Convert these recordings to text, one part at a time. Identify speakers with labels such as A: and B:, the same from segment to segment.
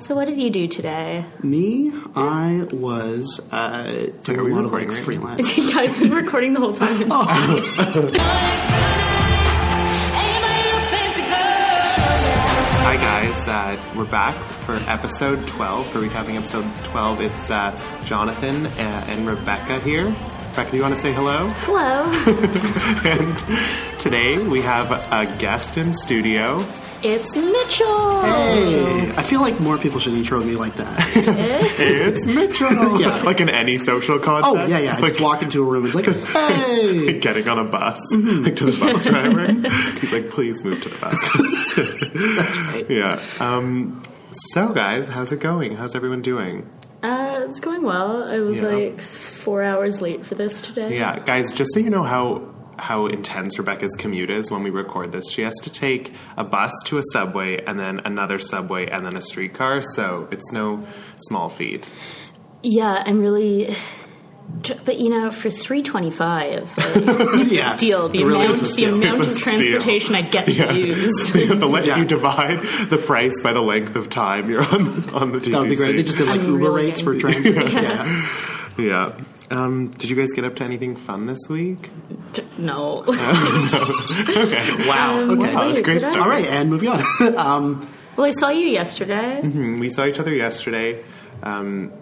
A: So what did you do today?
B: Me, I was uh, doing
C: we
B: a lot of
C: recording
B: like
C: right
B: freelance.
A: yeah, I've been recording the whole time.
B: Oh.
C: Hi guys, uh, we're back for episode 12, for recapping episode 12. It's uh, Jonathan and, and Rebecca here. Rebecca, do you want to say hello?
A: Hello,
C: and today we have a guest in studio.
A: it's Mitchell.
B: Hey, I feel like more people should intro me like that.
C: It's Mitchell!
B: Yeah.
C: Like in any social context.
B: Oh yeah, yeah. I
C: Like
B: just walk into a room. It's like, hey,
C: getting on a bus,
B: Mm-hmm.
C: like to the bus driver. He's like, please move to the back.
B: that's right.
C: yeah. Um, so guys, how's it going? How's everyone doing?
A: Uh, it's going well. I was
C: Yeah.
A: like four hours late for this today.
C: Yeah, guys, just so you know how how intense Rebecca's commute is when we record this, she has to take a bus to a subway and then another subway and then a streetcar, so it's no small feat.
A: Yeah, I'm really. But you know, for three twenty-five,
B: Yeah.
A: steal the
B: It really
A: amount,
B: is a steal.
A: the amount
C: It's a
A: of
C: steal.
A: transportation I get to use.
C: They'll let
B: Yeah.
C: you divide the price by the length of time you're on the, on the TTC.
B: That would be great. They just did like
A: I'm
B: Uber
A: really
B: rates for
A: angry.
B: transit. yeah.
C: yeah. Um, did you guys get up to anything fun this week?
B: Uh,
A: no.
B: Wow.
A: Um,
B: okay.
A: what about you?
C: great
A: Did I-
C: start.
B: All right, and moving on. um,
A: Well, I saw you yesterday.
C: Um, We saw each other yesterday. Um,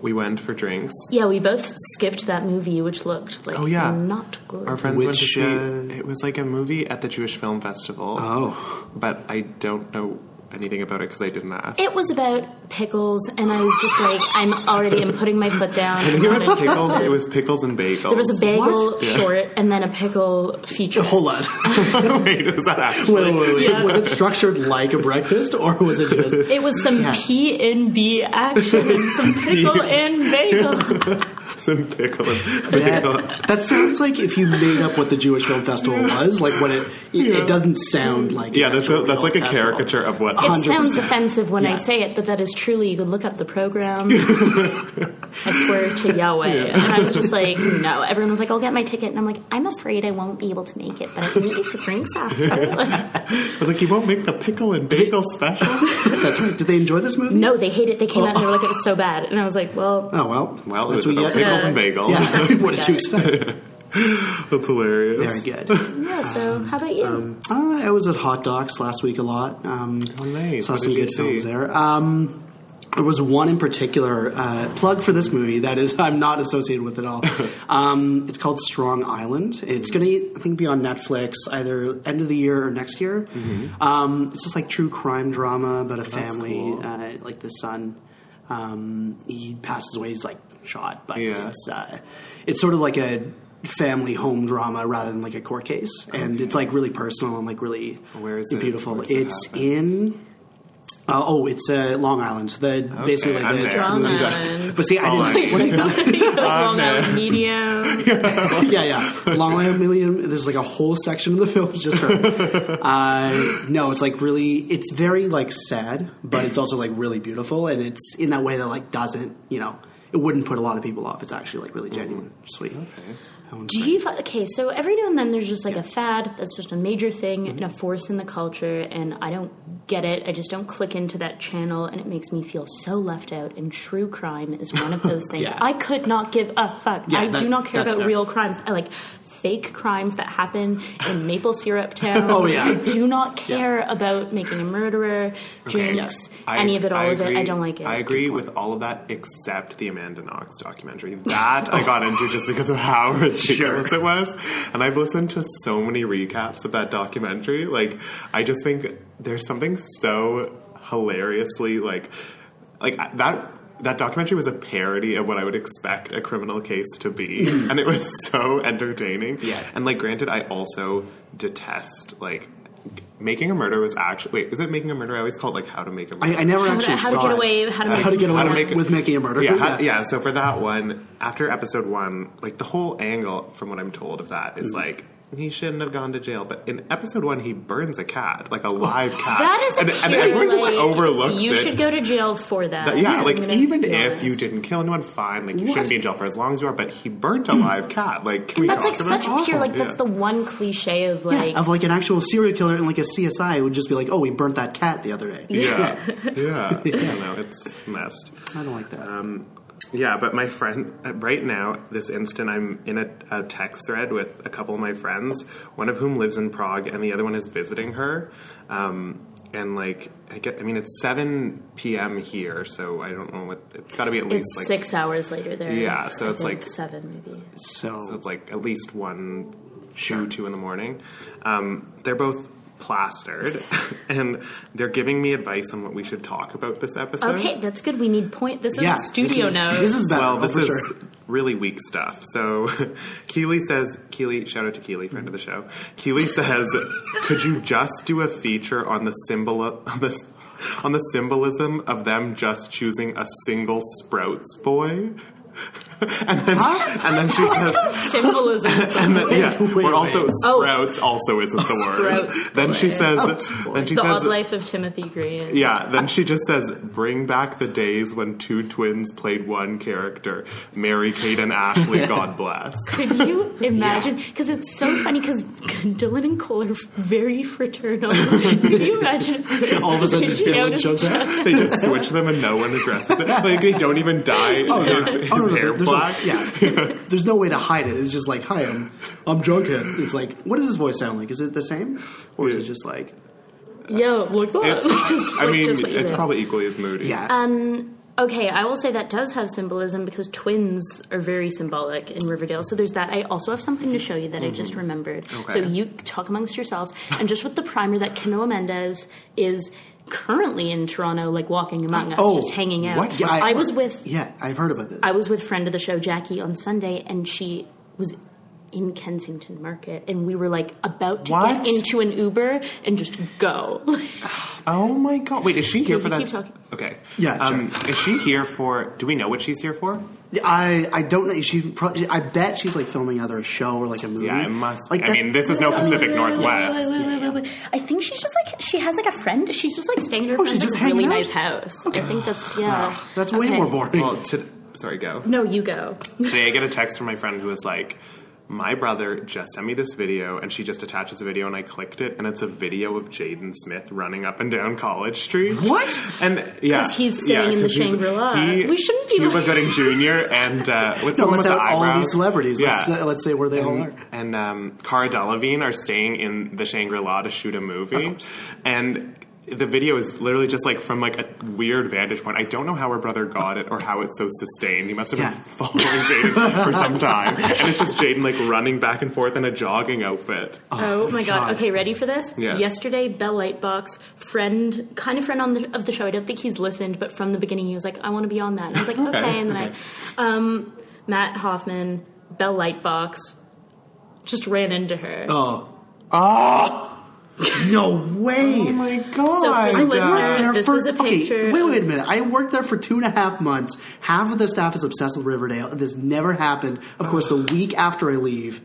C: we went for drinks.
A: Yeah, we both skipped that movie, which looked like
C: Oh yeah,
A: not good.
C: Our friends went to
B: Which,
C: see.
B: uh,
C: it was like a movie at the Jewish Film Festival.
B: oh,
C: but I don't know anything about it because I didn't ask.
A: It was about pickles, and I was just like, I'm already, I'm putting my foot down.
C: I think it was pickles. It was pickles and bagels.
A: there was a bagel
B: What?
A: short, and then a pickle feature.
B: hold on.
C: Wait, is that actually?
A: Yeah.
B: Was it structured like a breakfast, or was it just?
A: It was some
B: Yeah.
A: P and B action, and some pickle and bagel.
C: Some pickle and bagel.
B: That, that sounds like if you made up what the Jewish Film Festival was, like when it it,
C: Yeah.
B: it doesn't sound like an
C: Yeah, that's a,
B: actual
C: that's
B: real
C: like a
B: festival.
C: caricature of what.
A: It sounds
B: 100%.
A: offensive when I
B: Yeah.
A: say it, but that is truly. You could look up the program. I swear to Yahweh. And I was just like, no. Everyone was like, I'll get my ticket, and I'm like, I'm afraid I won't be able to make it, but I can meet you for drinks after.
C: I was like, you won't make the pickle and bagel special.
B: That's right. Did they enjoy this movie?
A: no, they hate it. They came out and they were like, it was so bad, and I was like, well,
B: Oh well.
C: Well, it
B: that's
C: was
B: what you
C: about
B: get.
C: pickles and
A: Yeah.
C: bagels.
B: Yeah, what did you expect?
C: That's hilarious.
B: Very good.
A: yeah. So how about you?
B: Uh, I was at Hot Docs last week a lot. Um,
C: Oh, nice.
B: Saw
C: What
B: some
C: did you
B: good films
C: see?
B: there. Um, there was one in particular uh, plug for this movie that is I'm not associated with at all. um, it's called Strong Island. It's going to I think be on Netflix either end of the year or next year. Um, it's just like true crime drama about a family,
C: Mm-hmm. cool.
B: uh, like the son. Um, he passes away. He's like shot, but
C: Yeah.
B: it's uh, it's sort of like a family home drama rather than like a court case, and it's like really personal and like really
C: Where is it?
B: beautiful.
C: Where does it
B: it's
C: happen?
B: in. Uh, oh, it's uh, Long Island. The basically like
C: I'm
B: the
C: there.
A: Long
B: movie-
A: Island.
B: But see, I
C: Long
B: didn't.
A: like Long
C: no.
A: Island Medium.
B: yeah, yeah. Long Island Million. There's like a whole section of the film is just her. uh, no, it's like really. It's very like sad, but it's also like really beautiful, and it's in that way that like doesn't you know it wouldn't put a lot of people off. It's actually like really genuine,
C: Mm-hmm.
B: sweet. That one's
A: Do you fi- okay? So every now and then there's just like a fad that's just a major thing
C: Mm-hmm.
A: and a force in the culture, and I don't get it. I just don't click into that channel, and it makes me feel so left out. And true crime is one of those things.
B: Yeah.
A: I could not give a fuck.
B: Yeah,
A: I
B: that-
A: do not care
B: that's
A: about
B: fair.
A: real crimes. I like fake crimes that happen in Maple Syrup Town.
B: Oh, yeah.
A: I do not care about making a murderer, jinx,
B: yes.
C: I-
A: any of it, all
C: I
A: of it. I
C: agree-
A: don't like it.
C: I agree with all of that except the Amanda Knox documentary. That I got into just because of how ridiculous
B: Sure.
C: it was. And I've listened to so many recaps of that documentary. Like, I just think there's something so hilariously, like, like I- that. That documentary was a parody of what I would expect a criminal case to be, and it was so entertaining.
B: Yeah.
C: And like, granted, I also detest like making a murder was actually wait, is it making a murder? I always call it like how to make a murder.
B: I, I never
A: how to,
B: actually
A: how to
B: saw
A: get
B: it.
A: away? How to make?
B: How to get away
C: to
B: with-
C: make it-
B: with making a murder?
C: Yeah, ha- yeah. So for that one, after episode one, like the whole angle, from what I'm told of that, is like he shouldn't have gone to jail. But in episode one, he burns a cat, like a live cat.
A: That is a
C: and, and
A: purely,
C: everyone just
A: like,
C: overlooks
A: You
C: it.
A: should go to jail for that.
C: But yeah,
A: I'm
C: like
A: gonna
C: even
A: be
C: if you
A: honest.
C: didn't kill anyone, fine. Like you
B: What?
C: shouldn't be in jail for as long as you are. But he burnt a live cat. Like can we
A: That's like
C: talk about
A: such pure. Like
C: Yeah.
A: that's the one cliche of
B: Yeah,
A: like.
B: of like an actual serial killer and like a CSI would just be like, oh, we burnt that tat the other day.
C: yeah, yeah. You know, it's messed.
B: I don't like that.
C: Um, Yeah, but my friend, uh, right now, this instant, I'm in a, a text thread with a couple of my friends, one of whom lives in Prague and the other one is visiting her. Um, and like, I get, I mean, it's 7 p.m. here, so I don't know what, it's gotta be at least
A: it's
C: like,
A: six hours later there.
C: Yeah, so
A: I
C: it's,
A: think
C: like-
A: seven maybe.
B: so,
C: so it's like at least one,
B: Sure.
C: two, two in the morning. Um, they're both plastered and they're giving me advice on what we should talk about this episode.
A: Okay, that's good. We need point. This is
B: yeah,
A: studio
B: this is,
A: notes.
B: This is better.
C: Well,
B: oh,
C: this
B: for
C: is
B: sure.
C: really weak stuff. So Keely says, Keely, shout out to Keely, friend of the show. Keely says, could you just do a feature on the symbol of, on the on the symbolism of them just choosing a single Sprouts boy? and then, and then she says,
A: symbolism. is the-
C: and then, yeah,
B: Wait,
C: or also
B: wait.
A: Oh.
C: Sprouts also isn't the word.
A: Sprouts
C: then she
A: boy.
C: says,
B: boy.
C: then she
A: the odd
C: says,
A: life of Timothy Green.
C: yeah, then she just says, "Bring back the days when two twins played one character, Mary Kate and Ashley. God bless."
A: Could you imagine? Because it's so funny. Because Dylan and Cole are very fraternal. Could you imagine? If they
B: All of a sudden,
A: reaching out
B: Dylan
A: as
B: shows up.
C: They just switch them and no one addresses it. Like they don't even dye
B: Oh, no,
C: his, his
B: oh, no, no,
C: hair
B: there's
C: black.
B: No, yeah, there's no way to hide it. It's just like, hi, I'm, I'm drunkhead. It's like, what does his voice sound like? Is it the same, or is it
C: Yeah.
B: just like,
A: Yeah, like that.
C: It's,
A: just,
C: I
A: like,
C: mean,
A: just what you
C: it's
A: did.
C: probably equally as moody.
B: yeah?
A: Okay, I will say that does have symbolism because twins are very symbolic in Riverdale. So there's that. I also have something to show you that I
B: Mm-hmm.
A: just remembered. So you talk amongst yourselves. And just with the primer that Camila Mendez is currently in Toronto, like walking among us,
B: Oh,
A: just hanging out.
B: what? Yeah,
A: I,
B: I-
A: was with
B: yeah, I've heard about this.
A: I was with friend of the show Jackie on Sunday, and she was in Kensington Market, and we were like about to
C: What?
A: get into an Uber and just go.
C: Oh my god! Wait, is she here
A: you
C: for that?
A: keep talking.
C: Okay.
B: Yeah,
C: Um, Is she here for? Do we know what she's here for?
B: I I don't know. She probably, I bet she's like filming either a show or like a movie.
C: Yeah, it must.
B: Like
C: I
B: that-
C: mean, this is no Pacific Northwest.
A: Wait, wait, wait, wait, wait. I think she's just like she has like a friend. She's just like staying at her
B: Oh, she's
A: friend's
B: just
A: like, really
B: hanging out? Ah,
A: nice house. I think that's yeah.
B: That's way
A: Okay.
B: more boring.
C: Well, to, sorry, go.
A: No, you go.
C: Today I get a text from my friend who was like, my brother just sent me this video, and she just attaches a video, and I clicked it, and it's a video of Jaden Smith running up and down College Street.
B: What?
C: And yeah,
A: 'Cause he's staying in the
C: 'cause he's-
A: Shangri-La.
C: he-
A: We shouldn't be
C: Cuba
A: like-
C: Gooding Jr. and uh, what's
B: no,
C: the one
B: let's
C: with
B: have
C: the
B: all of
C: eyebrows?
B: these celebrities.
C: Yeah.
B: Let's, uh, let's say where they all are.
C: and, and um, Cara Delevingne are staying in the Shangri La to shoot a movie, and the video is literally just like from like a weird vantage point. I don't know how her brother got it or how it's so sustained. He must have
B: Yeah.
C: been following Jaden for some time, and it's just Jaden like running back and forth in a jogging outfit.
A: Oh, my god.
B: God.
A: Okay, ready for this?
C: Yes.
A: Yesterday, Bell Lightbox, friend, kind of friend on the, of the show. I don't think he's listened, but from the beginning, he was like, "I want to be on that." And I was like, "Okay." and then I, um, Matt Hoffman, Bell Lightbox, just ran into her.
B: Oh
C: Oh,
B: no way!
C: oh my god!
A: So for
B: I
A: the
C: uh,
A: listener,
B: worked there
A: this
B: for
A: is a
B: okay,
A: picture.
B: Wait, wait a
A: of-
B: minute. I worked there for two and a half months. Half of the staff is obsessed with Riverdale. This never happened. Of course, the week after I leave,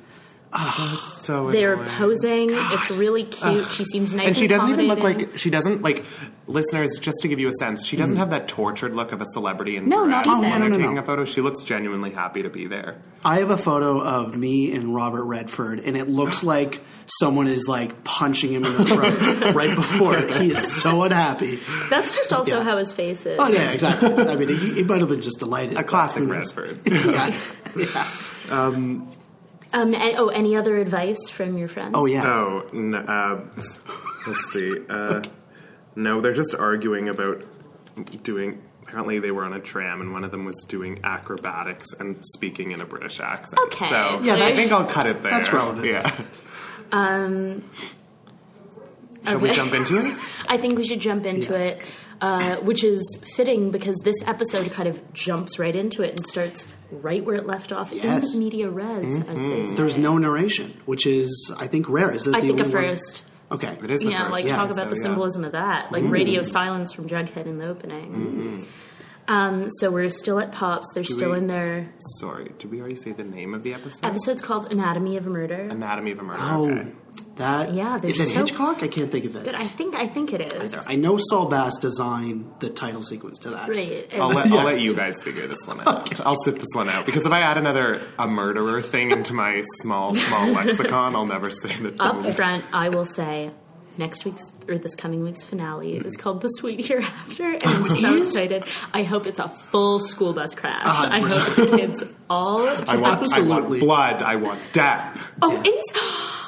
C: so
A: They are
C: annoying.
A: posing. It's really cute. She seems nice.
C: and she doesn't even look
A: accommodating.
C: like she doesn't like listeners just to give you a sense she doesn't have that tortured look of a celebrity in
A: No,
C: dress
A: not even.
C: when
A: No,
C: they're
B: no,
C: taking
B: no.
C: a photo she looks genuinely happy to be there
B: I have a photo of me and Robert Redford, and it looks like someone is like punching him in the throat right before. He is so unhappy.
A: That's just also
B: Yeah.
A: how his face is.
B: Oh yeah, exactly. I mean, he, he might have been just delighted.
C: a classic redford
B: Yeah. yeah.
A: Um, and, oh, any other advice from your friends?
B: Oh yeah.
C: oh n- uh, let's see uh, no they're just arguing about doing apparently they were on a tram and one of them was doing acrobatics and speaking in a british accent
A: Okay.
C: so
A: Yeah,
C: i
A: that's-
C: think i'll cut it there
B: that's relevant.
C: yeah
A: Um,
C: shall we jump into it
A: I think we should jump into it, uh, which is fitting because this episode kind of jumps right into it and starts right where it left off
B: Yes.
A: in media res, as they say.
B: There's no narration, which is I think rare. Is that
A: I
B: the
A: think a
B: only one?
A: first.
B: Okay.
C: it is the
A: Yeah,
C: first
A: like
C: one,
A: talk
C: so
A: about the
C: yeah.
A: symbolism of that, like radio silence from Jughead in the opening. Um, so we're still at Pops. They're still
C: we-
A: in their
C: Sorry, did we already say the name of the episode?
A: episode's called Anatomy of a Murder.
C: Anatomy of a Murder.
B: Oh,
C: okay.
B: that
A: Yeah, they're
B: is it
A: so-
B: Hitchcock? I can't think of it.
A: But I think I think it is.
B: I know Saul Bass designed the title sequence to that.
A: Right.
C: I'll let,
B: Yeah.
C: I'll let you guys figure this one out. I'll sit this one out because if I add another a murderer thing into my small small lexicon, I'll never say the
A: up front, I will say next week's or this coming week's finale is called The Sweet Hereafter, and I'm so
B: Jeez.
A: excited. I hope it's a full school bus crash.
B: hundred
A: I hope the kids all.
C: I want, I
B: Absolutely.
C: want blood. I want death.
A: oh, it's.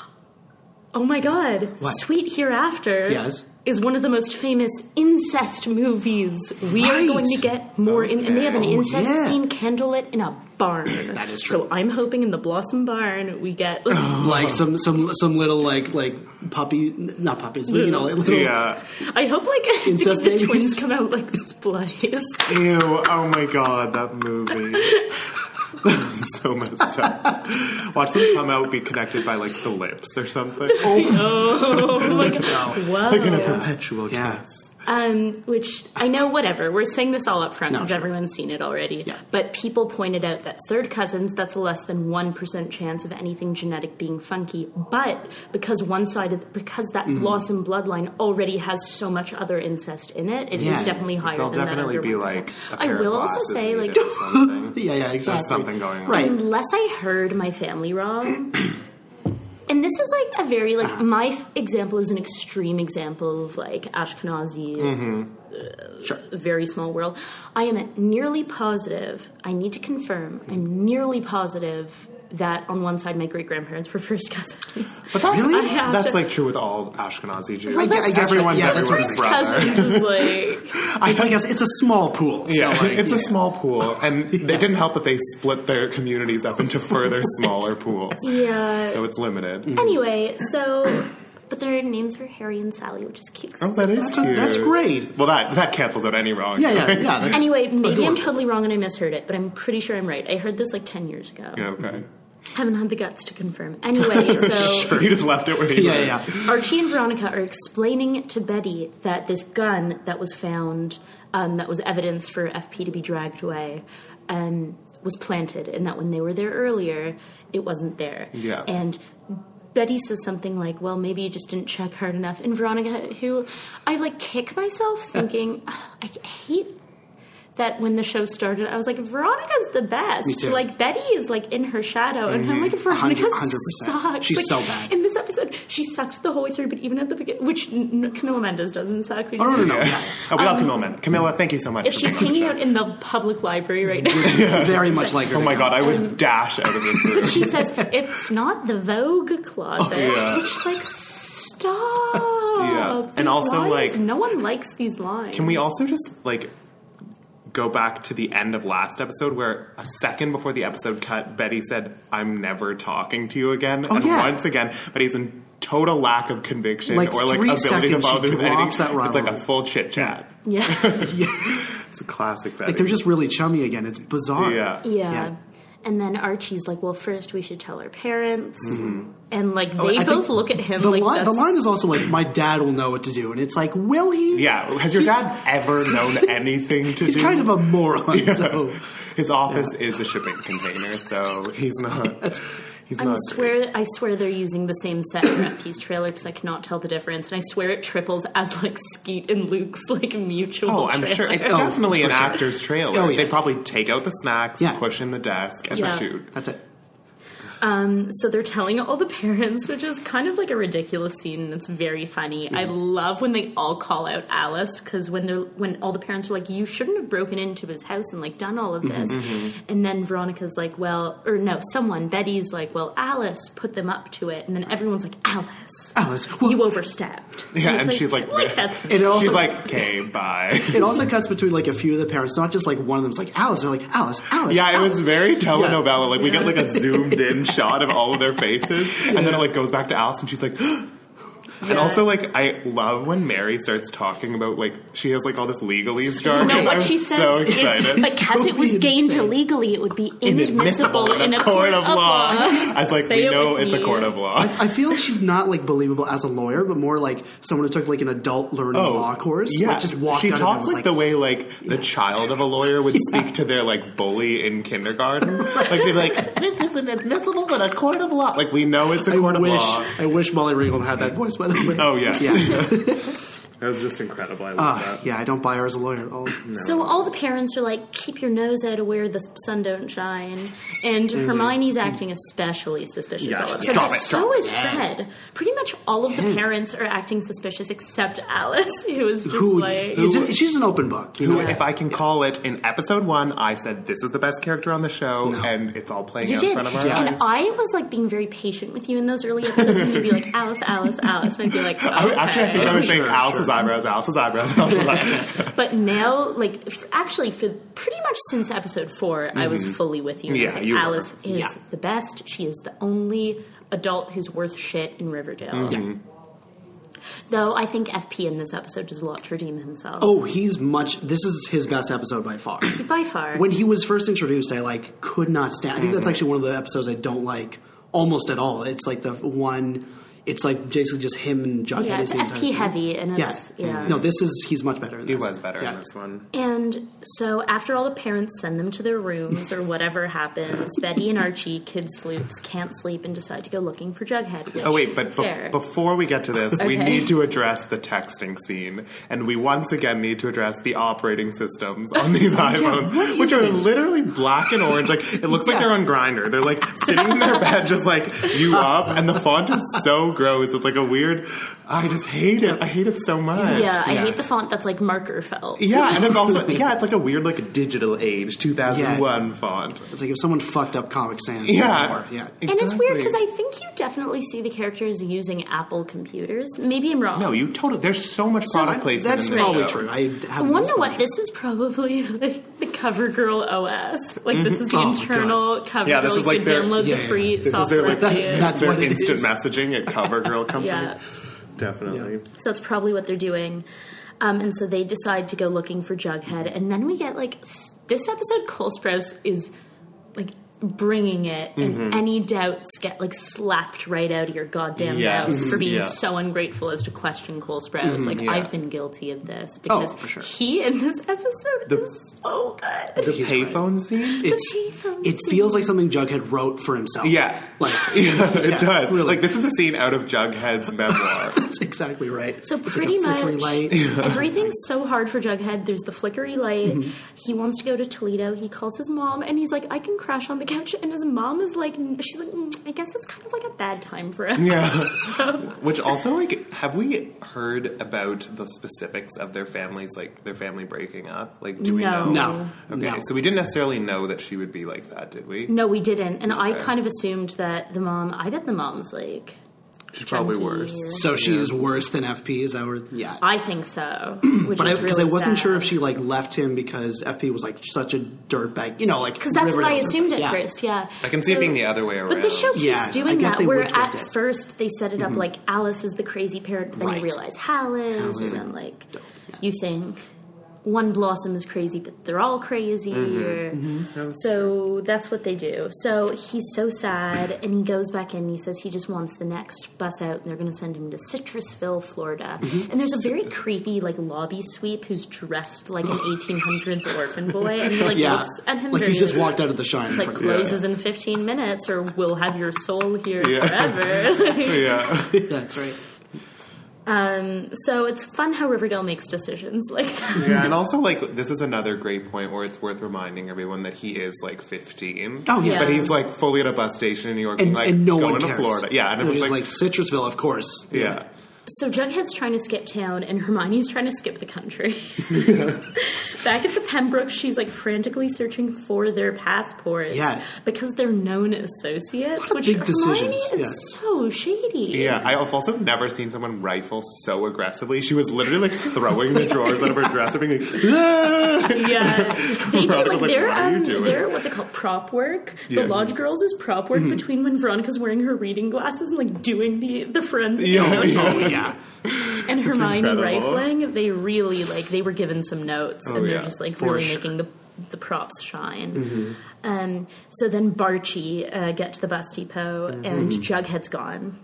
A: Oh my God!
B: What?
A: Sweet Hereafter
B: Yes.
A: is one of the most famous incest movies. We
B: Right.
A: are going to get more, in, and they have an
C: Okay. Oh,
A: incest
B: yeah.
A: scene candlelit in a barn.
B: That is
A: So
B: Oh,
A: I'm hoping in the Blossom Barn we get
B: Like some some some little like like puppy, not puppies, but you know, like little.
C: Yeah.
A: I hope like
B: Incest
A: the
B: babies?
A: twins come out like splays.
C: Ew. Oh my god, that movie. so messed up. Watch them come out be connected by like the lips or something.
A: oh my god! Wow.
C: Perpetual
B: Yeah.
A: Um, which I know, whatever. We're saying this all up front
B: No,
A: because
B: sure.
A: everyone's seen it already.
B: Yeah.
A: But people pointed out that third cousins, that's a less than one percent chance of anything genetic being funky. But because one side of because that
B: Mm-hmm.
A: blossom bloodline already has so much other incest in it, it is
B: Yeah,
A: definitely higher
C: They'll
A: than
C: definitely
A: that.
C: be
A: under 1%.
C: like. a
A: I
C: pair of
A: will also
C: glasses
A: say
C: needed
A: like.
C: or something.
B: Yeah, yeah, exactly.
C: something going on.
B: Right.
A: unless I heard my family wrong. And this is like a very like my f- example is an extreme example of like Ashkenazi,
C: Mm.
B: Sure.
A: very small world. I am nearly positive. I need to confirm. I'm nearly positive that on one side my great grandparents were first cousins.
C: But that's,
B: Really? I
A: have
C: that's
A: to-
C: like true with all Ashkenazi Jews.
B: I gue- I guess-
C: everyone's
B: yeah, that's what
C: everyone's
B: I'm
C: brother.
A: Cousins is like
B: It's like a, it's a small pool. so,
C: Yeah,
B: like,
C: it's a
B: yeah.
C: small pool, and it didn't help that they split their communities up into further smaller pools.
A: yeah.
C: So it's limited.
B: Mm.
A: anyway, so but their names were Harry and Sally, which is cute.
C: Oh, that is
B: a-
C: cute.
B: that's great.
C: Well, that that cancels out any wrong.
B: Yeah, yeah, yeah. that's-
A: Anyway, maybe I'm totally wrong and I misheard it, but I'm pretty sure I'm right. I heard this like 10 years ago.
C: Okay.
A: Haven't had the guts to confirm. Anyway, so
C: Sure, you just left it where you
B: yeah,
C: were.
B: yeah, yeah.
A: Archie and Veronica are explaining to Betty that this gun that was found, um, that was evidence for FP to be dragged away, um, was planted, and that when they were there earlier, it wasn't there.
C: Yeah.
A: And Betty says something like, "Well, maybe you just didn't check hard enough." And Veronica, who I like, kick myself thinking, "Ugh, I hate that when the show started, I was like, Veronica's the best.
B: too. Mm-hmm.
A: Like Betty is like in her shadow, and I'm like, Veronica
B: hundred- hundred percent.
A: sucks.
B: She's
A: Like,
B: so bad.
A: In this episode, she sucked the whole way through, but even at the beginning, which n- n- Camila Mendes doesn't suck. We
B: Oh, no,
A: just-
B: no, no.
C: Oh, we
B: Um,
C: love Camilla. Man. Camilla, thank you so much.
A: If
C: for
A: she's
C: being on
A: hanging
C: the
A: out in the public library right now,
B: yeah. Very much like her.
C: show. Oh my god, I would dash out of this room.
A: Um, she says it's not the Vogue closet.
C: Oh, yeah.
A: Which like stop.
C: Yeah.
A: These
C: And also,
A: lines-
C: like-
A: no one likes these lines.
C: Can we also just like go back to the end of last episode where a second before the episode cut, Betty said, "I'm never talking to you again," and
B: Oh, yeah.
C: once again, Betty's in total lack of conviction
B: Like
C: or like
B: three
C: ability to
B: seconds, she
C: bother with
B: drops
C: anything.
B: that
C: it's like a
B: rivalry.
C: full chit chat.
A: Yeah.
C: It's a classic Betty.
B: Like they're just really chummy again. It's bizarre.
C: yeah.
A: Yeah.
B: Yeah.
A: And then Archie's like, well, first we should tell our parents.
C: Mm-hmm.
A: Oh, And like,
B: I
A: they
B: think
A: both look at him
B: The,
A: like,
B: line, the
A: that's-
B: line is also like, "My dad will know what to do," and it's like, "Will he?"
C: Yeah. Has your dad ever known anything to
B: He's
C: do?
B: kind of a moron. So
C: His office is a shipping container, so he's not. He's
A: I
C: not.
A: swear, I swear they're using the same set for FP's trailer because I cannot tell the difference. And I swear it triples as like Skeet and Luke's like mutual.
C: Oh, I'm
A: trailer.
C: sure it's
B: Oh,
C: definitely
B: for
C: an
B: sure.
C: actor's trailer.
B: Oh, yeah.
C: They probably take out the snacks,
B: Yeah.
C: push in the desk, and
A: Yeah.
C: shoot.
B: that's it.
A: So they're telling all the parents, which is kind of like a ridiculous scene, and it's very funny. I love when they all call out Alice because when they're when all the parents are like, "You shouldn't have broken into his house and like done all of
C: Mm-hmm,
A: this," and then Veronica's like, "Well," or no, someone Betty's like, "Well, Alice put them up to it," and then everyone's like, "Alice,
B: Alice, well,
A: you overstepped."
C: Yeah,
A: it's
C: and she's like-
A: "Like that's."
B: it also
C: She's like, okay, bye.
B: it also cuts between like a few of the parents, not just like one of them's like Alice. They're like Alice, Alice.
C: Yeah, it
B: Alice."
C: was very telenovela. Like we get like a zoomed in shot of all of their faces, and then it like goes back to Alice, and she's like, And also, like, I love when Mary starts talking about like she has like all this legalese jargon.
A: No, what
C: I'm
A: she says
C: so
A: is
C: excited.
A: because it was gained illegally, it would be inadmissible in a court of law.
C: I was like,
A: Say
C: we
A: it
C: know
A: with
C: it's a
A: me.
C: court of law.
B: I feel she's not like believable as a lawyer, but more like someone who took like an adult learning law course.
C: Oh, Yeah,
B: like, just walked
C: she
B: out of it and
C: talks
B: was
C: like,
B: like
C: the way like the child of a lawyer would speak to their like bully in kindergarten. like they'd be like, "This isn't admissible in a court of law." Like we know it's a
B: I
C: court of
B: wish,
C: law.
B: I wish Molly Ringwald had that voice. By the way,
C: Oh yeah,
B: yeah,
C: that was just incredible. I love
B: Uh,
C: that.
B: yeah. I don't buy her as a lawyer at all.
A: So all the parents are like, keep your nose out of where the sun don't shine. And Hermione's acting especially suspicious
C: Yeah,
A: all episode.
C: Mm-hmm. stop
A: but
C: it,
A: so
C: stop
A: is Fred. Pretty much all of the parents are acting suspicious except Alice, who is just
B: Who?
A: like
B: it's just- she's an open book. You
C: Who,
B: know?
C: if I can call it, in episode one, I said this is the best character on the show, and it's all playing
A: You
C: out
A: did.
C: in front of our
A: and
C: eyes.
A: I was like being very patient with you in those early episodes when you'd be like, Alice, Alice, Alice. And I'd be like, okay.
C: I- Actually, I think I was saying
B: Sure,
C: Alice's eyebrows, Alice's eyebrows, Alice's eyebrows.
A: But now, like, f- actually, for pretty much since episode 4 I was fully with you. and I was
C: Mm-hmm. Yeah,
A: like,
C: you were.
A: Alice is
B: Yeah.
A: the best. She is the only adult who's worth shit in Riverdale.
C: Mm-hmm.
A: Though I think FP in this episode does a lot to redeem himself.
B: Oh, he's much. This is his best episode by far.
A: By far.
B: when he was first introduced, I like could not stand. I think
C: Mm-hmm.
B: that's actually one of the episodes I don't like almost at all. It's like the one. It's like basically just him and Jughead.
A: yeah, it's
B: is the entire
A: FP
B: thing.
A: heavy, and
B: Yeah.
A: it's,
C: Mm-hmm.
A: yeah.
B: No, this is he's much better. In
C: He
B: this.
C: was better
B: Yeah.
C: in this one.
A: And so, after all the parents send them to their rooms or whatever happens, Betty and Archie, kid sleuths, can't sleep and decide to go looking for Jughead. Which,
C: Oh wait, but
A: fair.
C: bef before we get to this, we
A: Okay.
C: need to address the texting scene, and we once again need to address the operating systems on these iPhones,
B: what is
C: which are
B: this?
C: literally black and orange. Like it looks like
B: Yeah.
C: they're on Grinder. They're like sitting in their bed, just like you up, and the font is so gross. It's like a weird. I just hate it. I hate it so much.
A: yeah, I
B: Yeah.
A: hate the font that's like marker felt.
C: Yeah, and it's also yeah, it's like a weird like digital age 2001 font.
B: It's like if someone fucked up Comic Sans.
C: Yeah,
B: Or, yeah.
A: And it's weird
C: exactly.
A: because I think you definitely see the characters using Apple computers. Maybe I'm wrong.
C: no, you totally. There's so much product placement.
B: That's
C: in this
B: probably
C: show.
B: true. I
A: I
B: have
A: wonder what this is probably like the CoverGirl OS. Like
C: Mm-hmm.
A: this is the
B: Oh my
A: internal CoverGirl.
C: Yeah, this is like
A: you
C: their-
A: download
B: yeah,
A: the
B: yeah,
A: free
C: This is
A: software.
C: their like
A: for
B: That's-
A: you.
B: that's
C: their
B: what it
C: instant
B: is.
C: messaging at CoverGirl company.
A: Yeah.
C: Definitely.
A: So that's probably what they're doing. Um, and so they decide to go looking for Jughead. And then we get like s- this episode, Cole Sprouse is like bringing it,
C: Mm-hmm.
A: and any doubts get like slapped right out of your goddamn
C: Yes.
A: mouth for being
C: Yeah. Mm-hmm.
A: so ungrateful as to question Cole Sprouse. like,
C: yeah. Oh,
A: I've been guilty of this because
B: for sure.
A: he in this episode
C: The-
A: is so good.
C: The
B: He's
C: payphone scene?
B: It's
A: payphone
B: it
A: scene.
B: feels like something Jughead wrote for himself.
C: yeah.
B: Like
C: Yeah, it
B: yeah,
C: does.
B: Really.
C: Like this is a scene out of Jughead's memoir.
B: that's exactly right.
A: So
B: It's like a
A: pretty
B: flickery
A: much
B: light.
A: everything's so hard for Jughead. There's the flickery light.
C: Mm-hmm.
A: He wants to go to Toledo. He calls his mom and he's like, "I can crash on the couch." And his mom is like, "She's like, "Mm, I guess it's kind of like a bad time for us."
C: yeah. Which also like have we heard about the specifics of their families like their family breaking up? Like do we
A: No.
C: know?
B: No.
C: Okay.
B: No.
C: So we didn't necessarily know that she would be like that, did we?
A: No, we didn't. And I
C: Okay.
A: kind of assumed that the mom. I bet the mom's like,
C: She's probably
A: Junkie.
C: worse.
B: So she's worse than FP. Is that word? Yeah.
A: I think so. Which
B: but
A: is
B: I, because
A: really
B: I wasn't
A: sad.
B: sure if she like left him because FP was like such a dirtbag, you know, like
A: Because that's what I
B: Riverdale
A: assumed at
B: dirtbag. Yeah.
A: first, yeah.
C: I can see it being the other way around.
A: But the show keeps
B: Yeah, I
A: doing
B: guess
A: that.
B: they
A: Where
B: would twist
A: at
B: it. Mm-hmm.
A: first they set it up like Alice is the crazy parent, but then you
B: Right.
A: realize Hal is, and then like
B: yeah.
A: you think one blossom is crazy, but they're all crazy.
B: Mm-hmm.
A: Or, So that's what they do. So he's so sad, and he goes back in. and He says he just wants the next bus out, and they're going to send him to Citrusville, Florida.
B: Mm-hmm.
A: And there's a very creepy like lobby sweep who's dressed like an 1800s orphan boy, and he like
B: Yeah.
A: looks at him.
B: like he's
A: very-
B: just walked out of the shrine.
A: it's like
B: pretty much.
A: closes in 15 minutes or we'll have your soul here
C: Yeah.
A: forever
C: Yeah.
B: That's right.
A: um, so it's fun how riverdale makes decisions like that
C: Yeah, and also like this is another great point where it's worth reminding everyone that he is like 15.
B: Oh, yeah.
C: but he's like fully at a bus station in New York,
B: And,
C: like
B: and no
C: going
B: one
C: to
B: cares.
C: Florida. Yeah, and it
B: They're
C: was
B: just
C: like,
B: like, Citrusville, of course.
C: yeah,
A: so jughead's trying to skip town and hermione's trying to skip the country back at the pembroke she's like frantically searching for their passports
B: Yeah.
A: because they're known associates which
B: big
A: hermione
B: decisions,
A: is
B: yeah.
A: so shady
C: yeah. I've also never seen someone rifle so aggressively. She was literally like throwing the drawers out of her dresser, being like, "Ah!"
A: Yeah, they do like
C: Veronica's like,
A: their
C: "What are you
A: um,
C: doing?"
A: their what's it called prop work. The
C: Yeah. Mm-hmm.
A: Lodge Girls is prop work between when Veronica's wearing her reading glasses and like doing the the forensic
C: Yeah,
A: accounting.
C: yeah, yeah.
A: and Hermione
C: incredible.
A: Rifling, they really like they were given some notes,
C: Oh,
A: and they're
C: yeah,
A: just like
C: for
A: really
C: sure. Mm-hmm.
A: making the the props shine. Um, so then Barchi uh, get to the bus depot, and
B: Mm-hmm.
A: Jughead's gone.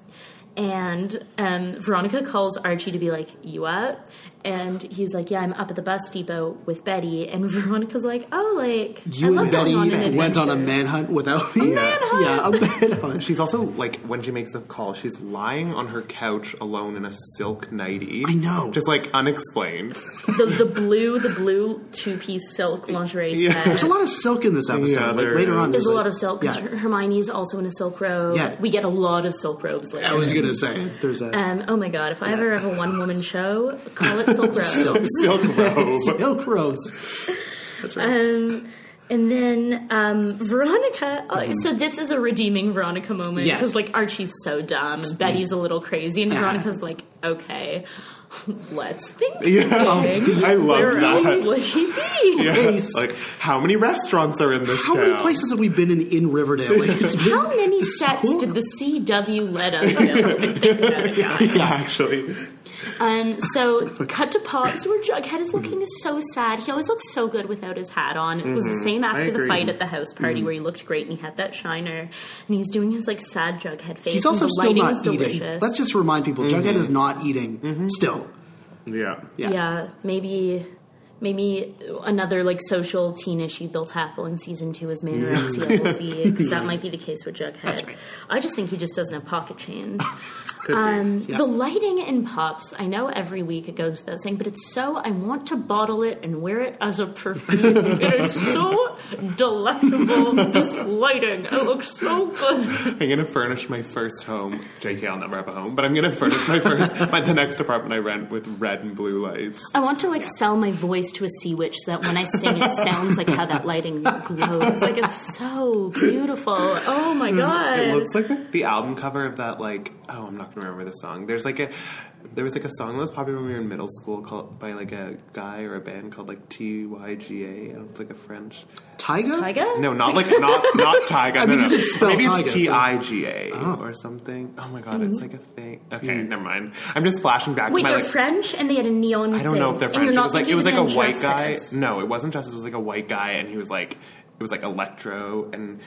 A: And um, Veronica calls Archie to be like, "You up?" And he's like, "Yeah, I'm up at the bus depot with Betty." And Veronica's like, "Oh, like I
B: You
A: love
B: and Betty
A: going on an
B: went on a
A: adventure."
B: manhunt without me.
A: manhunt?
B: Yeah, a manhunt.
C: She's also like when she makes the call, she's lying on her couch alone in a silk nightie.
B: I know.
C: just like unexplained.
A: the, the blue, the blue two piece silk lingerie
C: Yeah.
A: set.
B: There's a lot of silk in this episode.
C: Yeah,
B: like,
C: there
B: later on,
C: is.
A: There's a lot of silk because
B: Yeah.
A: Hermione's also in a silk robe.
B: Yeah.
A: We get a lot of silk robes later.
B: I was gonna say there's a
A: um, oh my god, if I ever have a one woman show, call it Silk Robe.
B: silk,
C: Silk robe.
B: silk robes. That's right.
A: Um, and then um, Veronica. oh, So this is a redeeming Veronica moment
B: Mm-hmm. Yes.
A: because like Archie's so dumb, and Betty's a little crazy, and
B: Yeah.
A: Veronica's like, okay, let's think.
C: I
A: Where else
C: love that.
A: would he be?
C: Yeah.
B: place?
C: Like how many restaurants are in this
B: How
C: town?
B: many places have we been in in Riverdale? Like, it's been-
A: How many sets did the CW let us know to think about a guy?
C: Yeah, actually.
A: Um, so cut to Pops, where Jughead is looking
B: Mm-hmm.
A: so sad. He always looks so good without his hat on. It was the same after the
C: agree.
A: fight at the house
B: Mm-hmm.
A: party where he looked great and he had that shiner, and he's doing his like sad Jughead face.
B: He's also
A: and the
B: still
A: lighting
B: not
A: is
B: eating.
A: delicious.
B: Let's just remind people, Jughead
C: Mm-hmm.
B: is not eating still.
C: Yeah.
A: yeah. maybe. Maybe another like social teen issue they'll tackle in season two is manorexia. We'll see because that might be the case with Jughead.
B: right.
A: I just think he just doesn't have pocket change.
C: Could be.
A: Um,
B: Yeah.
A: The lighting in Pops, I know every week it goes without saying, but it's so, I want to bottle it and wear it as a perfume. it is so delectable, this lighting. It looks so good.
C: I'm gonna furnish my first home. JK, I'll never have a home, but I'm gonna furnish my first, my the next apartment I rent with red and blue lights.
A: I want to like sell my voice to a sea witch so that when I sing, it sounds like how that lighting glows. Like it's so beautiful. Oh my god.
C: Mm, It looks like the, the album cover of that, like, oh, I'm not gonna remember the song. There's like a, there was like a song that was popular when we were in middle school called by like a guy or a band called like TYGA. and It's like a French.
B: Tyga?
A: Tyga?
C: No, not like not not
B: mean,
C: Tyga. no,
B: you
C: no.
B: did spell
C: Maybe
B: Tyga,
C: it's
B: so-
C: T I G A
B: Oh.
C: or something. Oh my god, it's like a thing. Okay, never mind. I'm just flashing back
A: Hmm. Wait,
C: to my
A: they're
C: like.
A: French and they had a neon.
C: I don't
A: thing.
C: know if they're
A: And
C: French.
A: you're
C: It
A: not
C: was like it was like
A: thinking
C: a
A: of
C: white
A: Injustice.
C: guy. No, it wasn't Justice. It was like a white guy, and he was like, it was like electro, and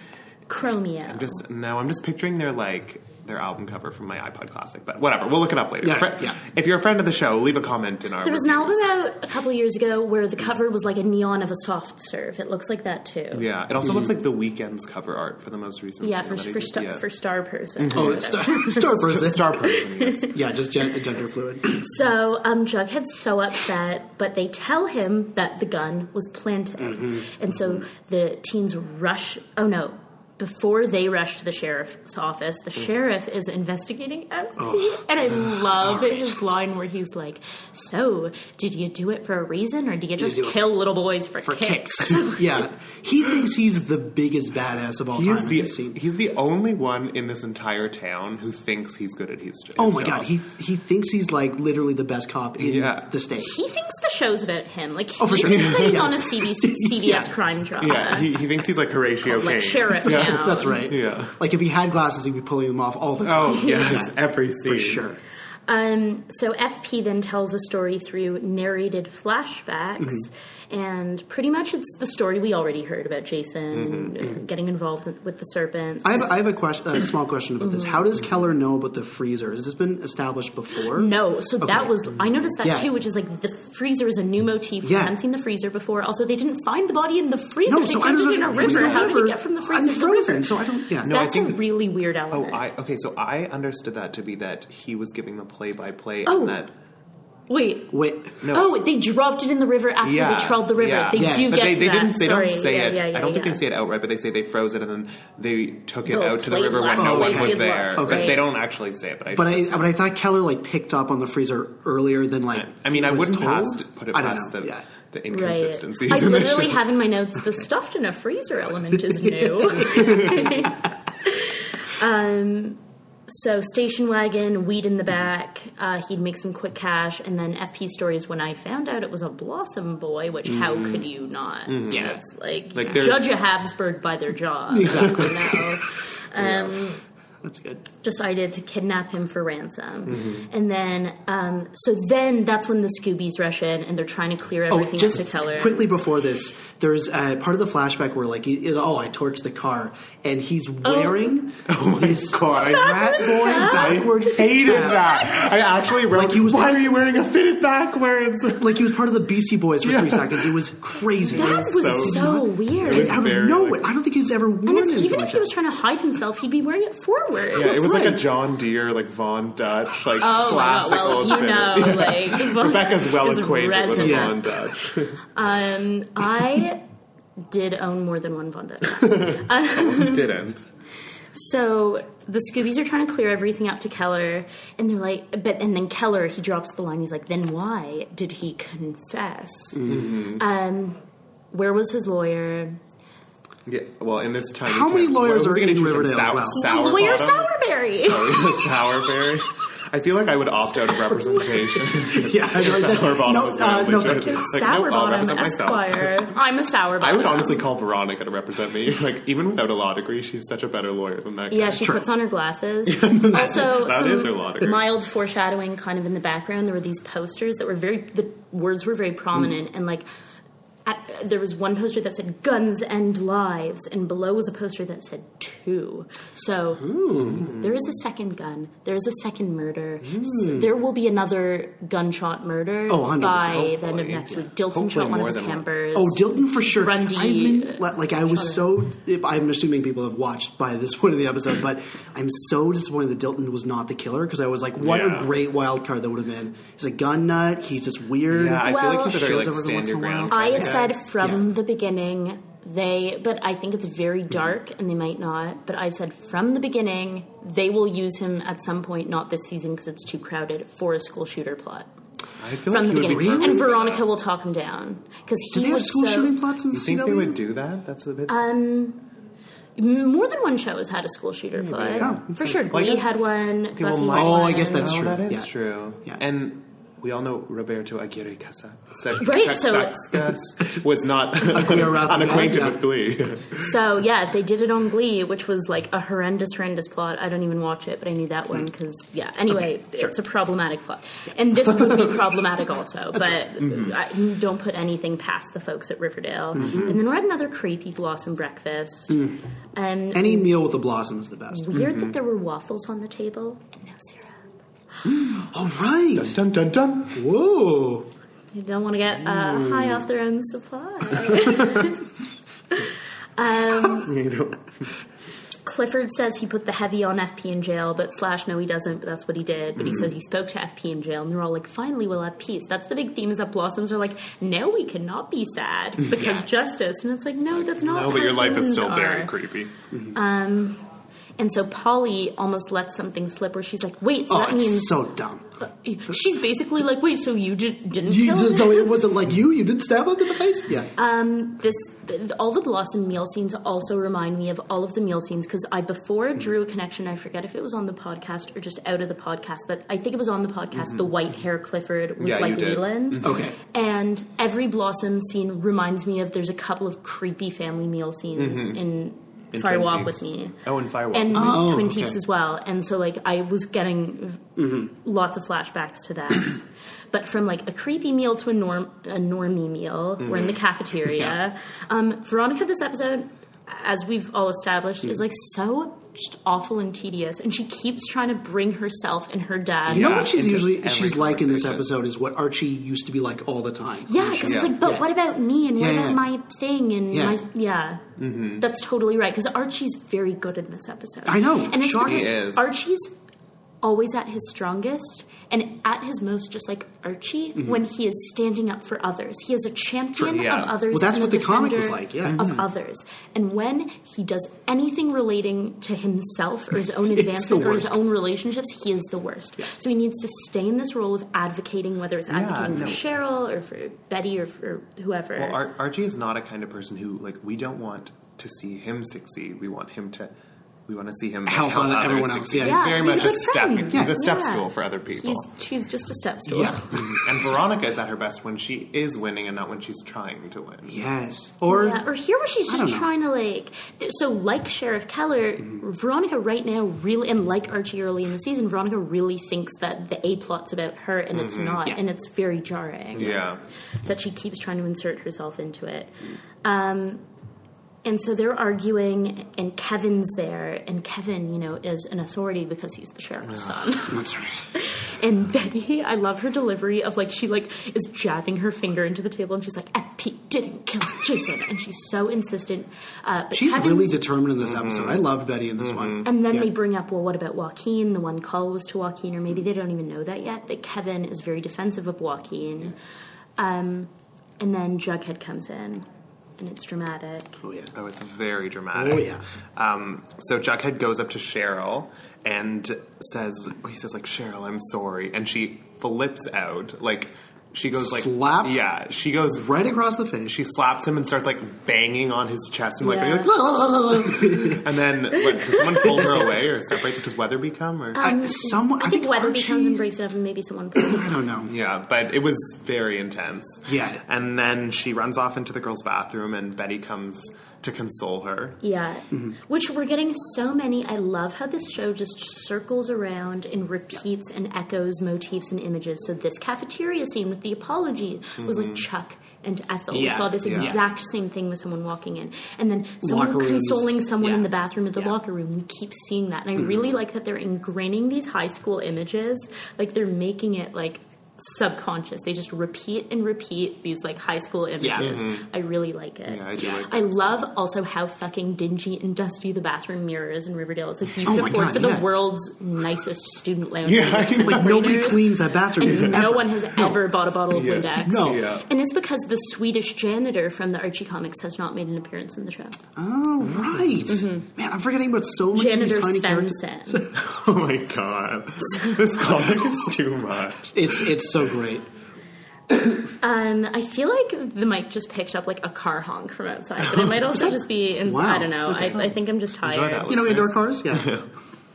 A: Chromio.
C: just no. I'm just picturing their like their album cover from my iPod Classic, but whatever. We'll look it up later.
B: Yeah,
C: Fri-
B: yeah.
C: If you're a friend of the show, leave a comment in our.
A: There was an album
C: reviews.
A: out a couple years ago where the cover was like a neon of a soft serve. It looks like that too.
C: Yeah, it also
B: Mm-hmm.
C: looks like the weekend's cover art for the most recent.
A: Yeah,
C: single
A: for,
C: that I
A: for,
C: did,
A: star,
C: yeah. Mm-hmm.
A: for Star Person.
B: Oh, it's Star, Star Person.
C: Star person. yes.
B: Yeah, just gen- gender fluid.
A: So um, Jughead's so upset, but they tell him that the gun was planted.
B: Mm-hmm.
A: And so the teens rush. Oh no. Before they rush to the sheriff's office, the
B: Mm.
A: sheriff is investigating Effie. And I love his line where he's like, So, did you do it for a reason, or do you just
B: do it
A: kill little boys for, kicks?
B: yeah, he thinks he's the biggest badass of all
C: He's
B: time in this
C: the
B: scene.
C: he's the only one in this entire town who thinks he's good at his. his
B: Oh my
C: job.
B: god, he he thinks he's like literally the best cop in
C: Yeah.
B: the state.
A: he thinks the show's about him. Like he
B: Oh, for sure.
A: thinks that he's
B: Yeah.
A: on a CBS, CBS crime drama.
C: yeah he, he thinks he's like Horatio
A: Like
C: Caine.
A: Sheriff
C: Yeah.
A: Town.
B: That's right.
C: Yeah.
B: Like if he had glasses, he'd be pulling them off all the time.
C: Oh yes, every scene
B: for sure.
A: Um, so FP then tells a story through narrated flashbacks, and pretty much it's the story we already heard about Jason uh, getting involved with the serpents.
B: I have, I have a question, a small question about
A: Mm-hmm.
B: this. How does Keller know about the freezer? Has this been established before?
A: no, so that was I noticed that
B: Yeah.
A: too, which is like the freezer is a new motif. We
B: Yeah.
A: haven't seen the freezer before. Also, they didn't find the body in the freezer.
B: no.
A: they
B: So I
A: found
B: don't
A: it
B: know.
A: in a
B: It was
A: river.
B: in a
A: How did
B: river.
A: it get from the freezer
B: I'm
A: to the
B: frozen,
A: river?
B: so I don't. Yeah,
A: That's
C: think-
A: a really weird
C: Oh,
A: element.
C: I okay. So I understood that to be that he was giving the play by play,
A: Oh.
C: and that
A: Wait,
B: Wait,
C: No.
A: Oh, they dropped it in the river after
C: Yeah,
A: they trawled the river.
C: yeah.
A: They
B: Yes.
A: do
B: But
A: get
C: they,
A: to
C: they
A: that.
C: didn't. They
A: Sorry.
C: don't say
A: yeah,
C: it.
A: Yeah, yeah,
C: I don't think
A: yeah.
C: they say it outright, but they say they froze it and then they took it
A: The
C: out to the
A: plate
C: river when
A: last
C: no
A: plate
C: one was
A: did
C: there.
A: lock,
C: But
A: right?
C: they don't actually say it. But I.
B: But I,
C: just,
B: but I thought Keller like picked up on the freezer earlier than like.
C: I mean,
B: he
C: I
B: was
C: wouldn't
B: told.
C: past put it
B: I don't
C: past
B: know,
C: the
B: yeah.
C: the
A: Right.
C: inconsistencies.
A: I
C: in the
A: literally
C: show.
A: have in my notes the stuffed in a freezer element is new. um, so station wagon, weed in the back. Uh, he'd make some quick cash, and then FP stories. When I found out it was a Blossom boy, which how could you not?
B: Yeah.
A: it's like,
C: Like they're-
A: judge a Habsburg by their jaw.
B: Exactly.
A: You know? um,
B: That's good.
A: decided to kidnap him for ransom. And then, um, so then that's when the Scoobies rush in and they're trying to clear
B: Oh,
A: everything up to color.
B: quickly before this, there's uh, part of the flashback where like, he, oh, I torched the car, and he's
A: Oh.
B: wearing this
C: Oh God, I,
B: frat boy backwards
C: hated
B: cap.
C: that. I actually wrote,
B: Like he was-
C: why are you wearing a fitted backwards?
B: Like he was part of the Beastie Boys for
C: Yeah.
B: three seconds. It was crazy.
A: that was so,
C: so-
A: weird.
C: It was
B: out of
C: very,
B: nowhere.
C: like-
B: I don't think he's ever worn
A: and it's,
B: anything
A: even
B: like
A: if he
B: that.
A: was trying to hide himself, he'd be wearing it forward.
C: Yeah, it was like a
B: Right.
C: John Deere, like Von Dutch, like
A: Oh wow!
C: classic
A: Well,
C: old
A: you
C: fitted.
A: know, like
C: Rebecca's well
A: is
C: acquainted with a
A: resonant.
C: Von Dutch.
A: Um, I did own more than one Von Dutch.
C: Didn't.
A: So the Scoobies are trying to clear everything up to Keller, and they're like, but and then Keller he drops the line. He's like, then why did he confess?
C: Mm-hmm.
A: Um, where was his lawyer?
C: Yeah, well, in this tiny
B: How many
C: town-
B: lawyers
C: what was
B: are
C: he gonna
B: in
C: choose from
B: Riverdale as well?
C: Sour
A: lawyer
C: Bottom? Oh,
A: Sourberry.
C: Sourberry. I feel like I would opt out of representation.
B: yeah, I know, that-
C: Sour Bottom
B: no,
C: is
B: uh,
C: really
B: no,
C: good.
B: thank you.
C: Like, oh, no, I'll
A: Sour Bottom
C: represent myself.
A: Esquire. I'm a Sour
C: I
A: Bottom.
C: would honestly call Veronica to represent me. Like, even without a law degree, she's such a better lawyer than that.
A: Yeah,
C: guy.
A: she puts on her glasses. also,
C: that
A: some
C: is her law degree.
A: mild foreshadowing kind of in the background. There were these posters that were very, the words were very
C: Mm.
A: prominent, and like, at, there was one poster that said "Guns End Lives," and below was a poster that said two. So there is a second gun. There is a second murder. S-
C: Mm.
A: there will be another gunshot murder
B: Oh, 100%,
A: by the end of
C: hopefully.
A: next week.
C: Yeah.
A: Dilton
C: Hopefully
A: shot one of
C: more
A: his
C: than one.
A: campers.
B: Oh, Dilton for sure.
A: Grundy,
B: I mean,
A: uh,
B: like I was so. if- I'm assuming people have watched by this point of the episode, but I'm so disappointed that Dilton was not the killer because I was like, what
C: Yeah.
B: a great wild card that would have been. He's a gun nut. He's just weird.
C: Yeah, I feel
A: Well-
C: like he's a
B: Shows
C: very like
B: every
C: stand
B: once
C: your
B: in a
C: ground.
B: while.
A: I
C: kind
A: have
C: of guy.
A: said from
B: Yeah. Mm-hmm.
A: the beginning they, but I think it's very dark and they might not. But I said from the beginning they will use him at some point, not this season because it's too crowded for a school shooter plot.
C: I feel
A: From
C: like
A: the
C: he would be
A: beginning,
C: perfect
A: and
C: for that.
A: Veronica will talk him down because
B: Do
A: he
B: they have
A: was
B: school
A: so.
B: shooting plots in
C: You think
B: CW?
C: they would do that? That's the bit.
A: More than one show has had a school shooter plot
B: yeah.
A: for sure.
C: Well, I
A: Glee
C: guess-
A: had one. Buffy
C: well,
A: had
C: my-
B: oh, I
A: one.
B: guess that's
C: Oh,
B: true.
C: That is
B: yeah.
C: true.
B: Yeah.
C: And we all know Roberto Aguirre Casa.
A: Right, so-
C: was not
B: Aguirre,
C: unacquainted
B: yeah.
C: with Glee.
A: So yeah, if they did it on Glee, which was like a horrendous, horrendous plot, I don't even watch it, but I knew that one because yeah. Anyway, it's a problematic plot, and this would be problematic also. but I, don't put anything past the folks at Riverdale. And then we're at another creepy blossom breakfast, and
B: Any meal with the blossom is the best.
A: weird that there were waffles on the table and no syrup. Mm.
B: All Oh, right.
C: dun dun dun.
B: Whoa.
A: You don't want to get uh, high off their own supply.
C: You know,
A: Clifford says he put the heavy on FP in jail, but Slash, no, he doesn't, but that's what he did. But he says he spoke to FP in jail, and they're all like, finally, we'll have peace. That's the big theme is that Blossoms are like, no, we cannot be sad because justice. And it's like, no, that's not
C: no, Oh, but your
A: how
C: life
A: humans
C: is still very
A: are.
C: creepy.
A: And so Polly almost lets something slip where she's like, wait, so
B: Oh,
A: that
B: it's
A: means.
B: so dumb.
A: she's basically like, wait, so you j- didn't
B: You,
A: kill him?
B: so it wasn't like you. You didn't stab him in the face. Yeah.
A: Uh, this th- all the blossom meal scenes also remind me of all of the meal scenes because i before drew a connection i forget if it was on the podcast or just out of the podcast that i think it was on the podcast the white hair clifford was
C: Mm-hmm. Yeah, you
A: like
C: did. Mm-hmm.
A: leland
B: okay.
A: and every blossom scene reminds me of there's a couple of creepy family meal scenes in,
C: Mm-hmm. In
A: Fire
C: Twin
A: Walk
C: Peaks.
A: with Me
C: Oh, and Firewalk.
A: and
B: Oh,
A: Twin
B: okay.
A: Peaks as well. And so, like, I was getting lots of flashbacks to that. but from like a creepy meal to a norm a normie meal, we're in the cafeteria. um, Veronica, this episode, as we've all established, is like so just awful and tedious, and she keeps trying to bring herself and her dad.
B: You know
C: Yeah,
B: what she's
C: into
B: usually
C: every
B: she's like in this
C: conversation.
B: episode is what Archie used to be like all the time.
A: Yeah, because it's
C: Yeah.
A: like, but
B: Yeah.
A: what about me and what
B: Yeah,
A: about
B: yeah.
A: my thing and
B: Yeah. Mm-hmm.
A: my yeah. That's totally right because Archie's very good in this episode.
B: I know,
A: and it's
B: shocking.
A: because
C: He is.
A: Archie's always at his strongest and at his most, just like Archie,
B: Mm-hmm.
A: when he is standing up for others. He is a champion
C: Sure, yeah.
A: of others.
B: Well, that's
A: and a
B: what the comic was
A: defender
B: like, yeah. Mm-hmm.
A: of others. And when he does anything relating to himself or his own
B: It's the
A: advancement or his
B: worst.
A: own relationships, he is the worst. So he needs to stay in this role of advocating, whether it's advocating
C: no.
A: for Cheryl or for Betty or for whoever.
C: Well, Ar- Archie is not a kind of person who, like, we don't want to see him succeed. We want him to we want to see him
B: Help
C: help
B: on
C: others
B: everyone else,
C: succeed.
B: yeah.
C: He's
A: Yeah,
C: very
A: he's a
C: much a,
A: good
C: step.
A: friend.
C: He's a step
A: Yeah.
C: stool for other people.
A: He's she's just a step stool.
B: Yeah.
C: and Veronica is at her best when she is winning and not when she's trying to win.
B: Yes. Or
A: Yeah, or here where she's
B: I don't
A: just
B: know.
A: trying to like. th- So, like Sheriff Keller,
C: Mm-hmm.
A: Veronica right now really, and like Archie early in the season, Veronica really thinks that the A plot's about her and it's not,
B: Yeah.
A: and it's very jarring
C: Mm-hmm. Yeah.
A: that she keeps trying to insert herself into it. Um, and so they're arguing, and Kevin's there, and Kevin, you know, is an authority because he's the sheriff's son.
B: that's right.
A: And Betty, I love her delivery of like she like is jabbing her finger into the table and she's like, "Ed Pete didn't kill Jason," and she's so insistent. Uh, but
B: She's
A: Kevin's-
B: really determined in this episode. I love Betty in this one.
A: and then
B: Yeah.
A: they bring up, well, what about Joaquin? The one call was to Joaquin, or maybe they don't even know that yet. But Kevin is very defensive of Joaquin. Um, and then Jughead comes in, and it's dramatic.
B: Oh yeah.
C: Oh, it's very dramatic.
B: Oh, yeah.
C: Um, so Jughead goes up to Cheryl and says, oh, he says like, Cheryl, I'm sorry, and she flips out. Like she goes like,
B: Slap?
C: Yeah, she goes.
B: Right across the face.
C: She slaps him and starts like banging on his chest and like,
A: Yeah.
C: being like and then what, does someone pull her away or separate? them? Does Weatherby come or?
B: I, someone, I,
A: I think Weatherby
B: Archie-
A: comes and breaks it up, and maybe someone. pulls him.
B: I don't know.
C: Yeah, but it was very intense.
B: Yeah.
C: And then she runs off into the girls' bathroom and Betty comes to console her.
A: Yeah.
B: Mm-hmm.
A: Which we're getting so many. I love how this show just circles around and repeats and echoes motifs and images. So this cafeteria scene with the apology was like Chuck and Ethel. We
B: Mm-hmm. Yeah,
A: saw this
B: yeah.
A: exact same thing with someone walking in. And then someone
B: Locker rooms.
A: consoling someone in
B: Yeah.
A: the bathroom at the
B: Yeah. Mm-hmm.
A: locker room. We keep seeing that. And I really like that they're ingraining these high school images. Like they're making it like subconscious. They just repeat and repeat these like high school images.
B: Mm-hmm.
A: I really like it.
C: Yeah, I do like
A: I love also how fucking dingy and dusty the bathroom mirror is in Riverdale. It's like
C: Oh
A: you could
B: my
A: afford
B: God,
A: for the
B: yeah.
A: world's nicest student lounge.
C: Yeah, I
A: with
C: think, like,
A: refrigerators,
B: Nobody cleans that bathroom.
A: And no
B: ever.
A: one has ever bought a bottle of
C: Yeah.
A: Windex.
B: No.
C: Yeah.
A: And it's because the Swedish janitor from the Archie comics has not made an appearance in the show.
B: Oh right,
A: Mm-hmm.
B: man! I'm forgetting about so many of
A: Janitor
B: these tiny characters.
A: Svensson.
C: Oh my god. this comic is too much.
B: It's it's so great.
A: Um, I feel like the mic just picked up like a car honk from outside, but it might also just be in,
B: Wow.
A: I don't know. I, I think I'm just tired.
C: that one.
B: You know,
C: Listeners.
B: indoor cars. Yeah,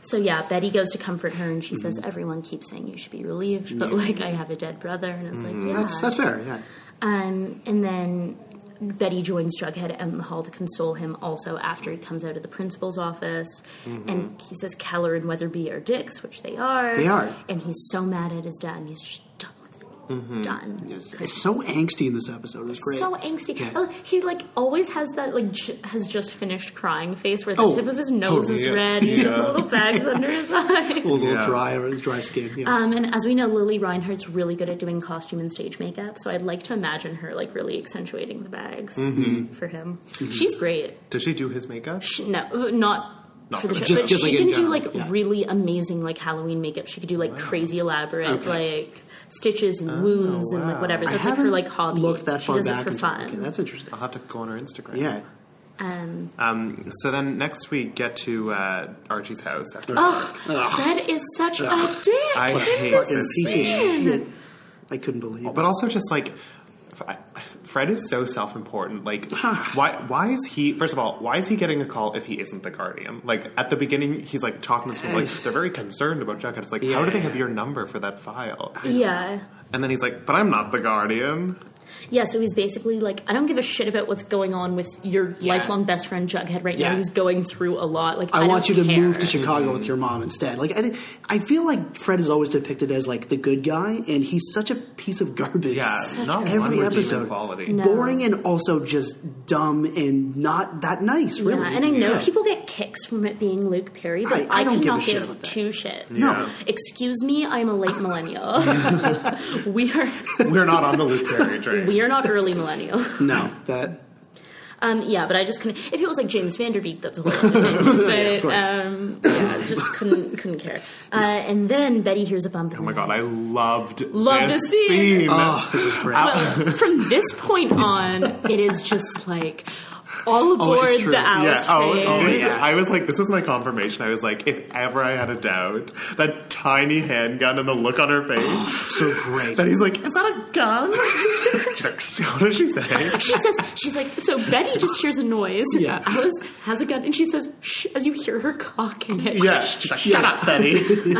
A: So yeah, Betty goes to comfort her, and
B: Mm-hmm.
A: she says, "Everyone keeps saying you should be relieved, but like I have a dead brother," and it's like, yeah.
B: that's that's fair. Yeah,
A: um, and then Betty joins Jughead out in the hall to console him. Also, after he comes out of the principal's office, and he says Keller and Weatherby are dicks, which they are.
B: Mm-hmm. They are.
A: and he's so mad at his dad, and he's just done with it. He's Done.
B: it's, it's so angsty in this episode. It's Mm-hmm. great.
A: So angsty.
B: Yeah.
A: Oh, he like always has that like j- has just finished crying face where the
B: Oh,
A: tip of his nose
C: totally,
A: is
C: yeah.
A: red. and He
C: Yeah.
A: has little bags under his eyes.
B: a little
C: Yeah.
B: dry or dry skin. Yeah.
A: Um, and as we know, Lily Reinhardt's really good at doing costume and stage makeup, so I'd like to imagine her like really accentuating the bags
B: Mm-hmm.
A: for him. She's great.
C: Did she do his makeup?
A: She, no, uh, not.
C: Not
A: for the
C: for
A: show,
C: the show.
A: but
B: Just- just,
A: she
B: like,
A: can
B: in
A: do
B: general,
A: like
B: yeah.
A: really amazing like Halloween makeup. She could do like crazy elaborate
B: Okay. Oh,
A: like stitches and wounds and like
C: wow.
A: whatever.
B: I
A: That's like her
B: haven't
A: like hobby.
B: Looked that
A: she
B: far
A: does
B: back.
A: it for
B: into-
A: fun.
B: Okay, that's interesting.
C: I'll have to go on her Instagram.
B: Yeah.
A: um,
C: Um, so then next we get to uh, Archie's house after
A: Fred is such a dick.
C: I
A: in
C: hate
A: this
C: this
B: Piece of shit. I couldn't believe.
C: But
B: it.
C: also just like F- Fred is so self-important. Like
A: Ah.
C: why why is he first of all, why is he getting a call if he isn't the guardian? Like at the beginning he's like talking to someone like they're very concerned about Jughead. It's like how do they have your number for that file?
A: Yeah.
C: And then he's like, "But I'm not the guardian."
A: Yeah, so he's basically like, I don't give a shit about what's going on with your lifelong best friend Jughead right now.
B: Yeah.
A: He's going through a lot. Like, I,
B: I, want you
A: don't
B: to
A: care.
B: move to Chicago with your mom instead. Like, I, di- I feel like Fred is always depicted as like the good guy, and he's such a piece of garbage.
C: Yeah, not
B: every
C: one redeeming
B: episode.
C: quality.
A: No.
B: boring and also just dumb and not that nice. Really,
A: Yeah, and I know
B: Yeah.
A: people get kicks from it being Luke Perry, but I,
B: I- I don't give a
A: cannot
B: shit
A: give,
B: about that.
A: two shits.
C: No.
A: Excuse me, I'm a late millennial. we are
C: We're not on the Luke Perry train.
A: we are not early millennial.
B: No, that
A: Um, yeah, but I just couldn't. If it was like James Vanderbeek, that's a whole other thing. But um, yeah, just couldn't couldn't care. Uh, and then Betty hears a bump.
C: Oh my god, I loved
A: Love
C: this
A: the scene.
B: oh, this is great.
A: But from this point on, it is just like, All
B: Oh,
A: aboard
B: it's true.
A: the Alice
C: Yeah. Oh,
A: train.
C: oh, this-
B: yeah.
C: I was like, this was my confirmation. I was like, if ever I had a doubt, that tiny handgun and the look on her face.
B: So great.
C: that he's like, is that a gun? She's like, what did she say?
A: She says, she's like, so Betty just hears a noise.
B: Yeah.
A: Alice has a gun, and she says, shh, as you hear her cocking it.
C: Yeah. She's like, shut up, Betty.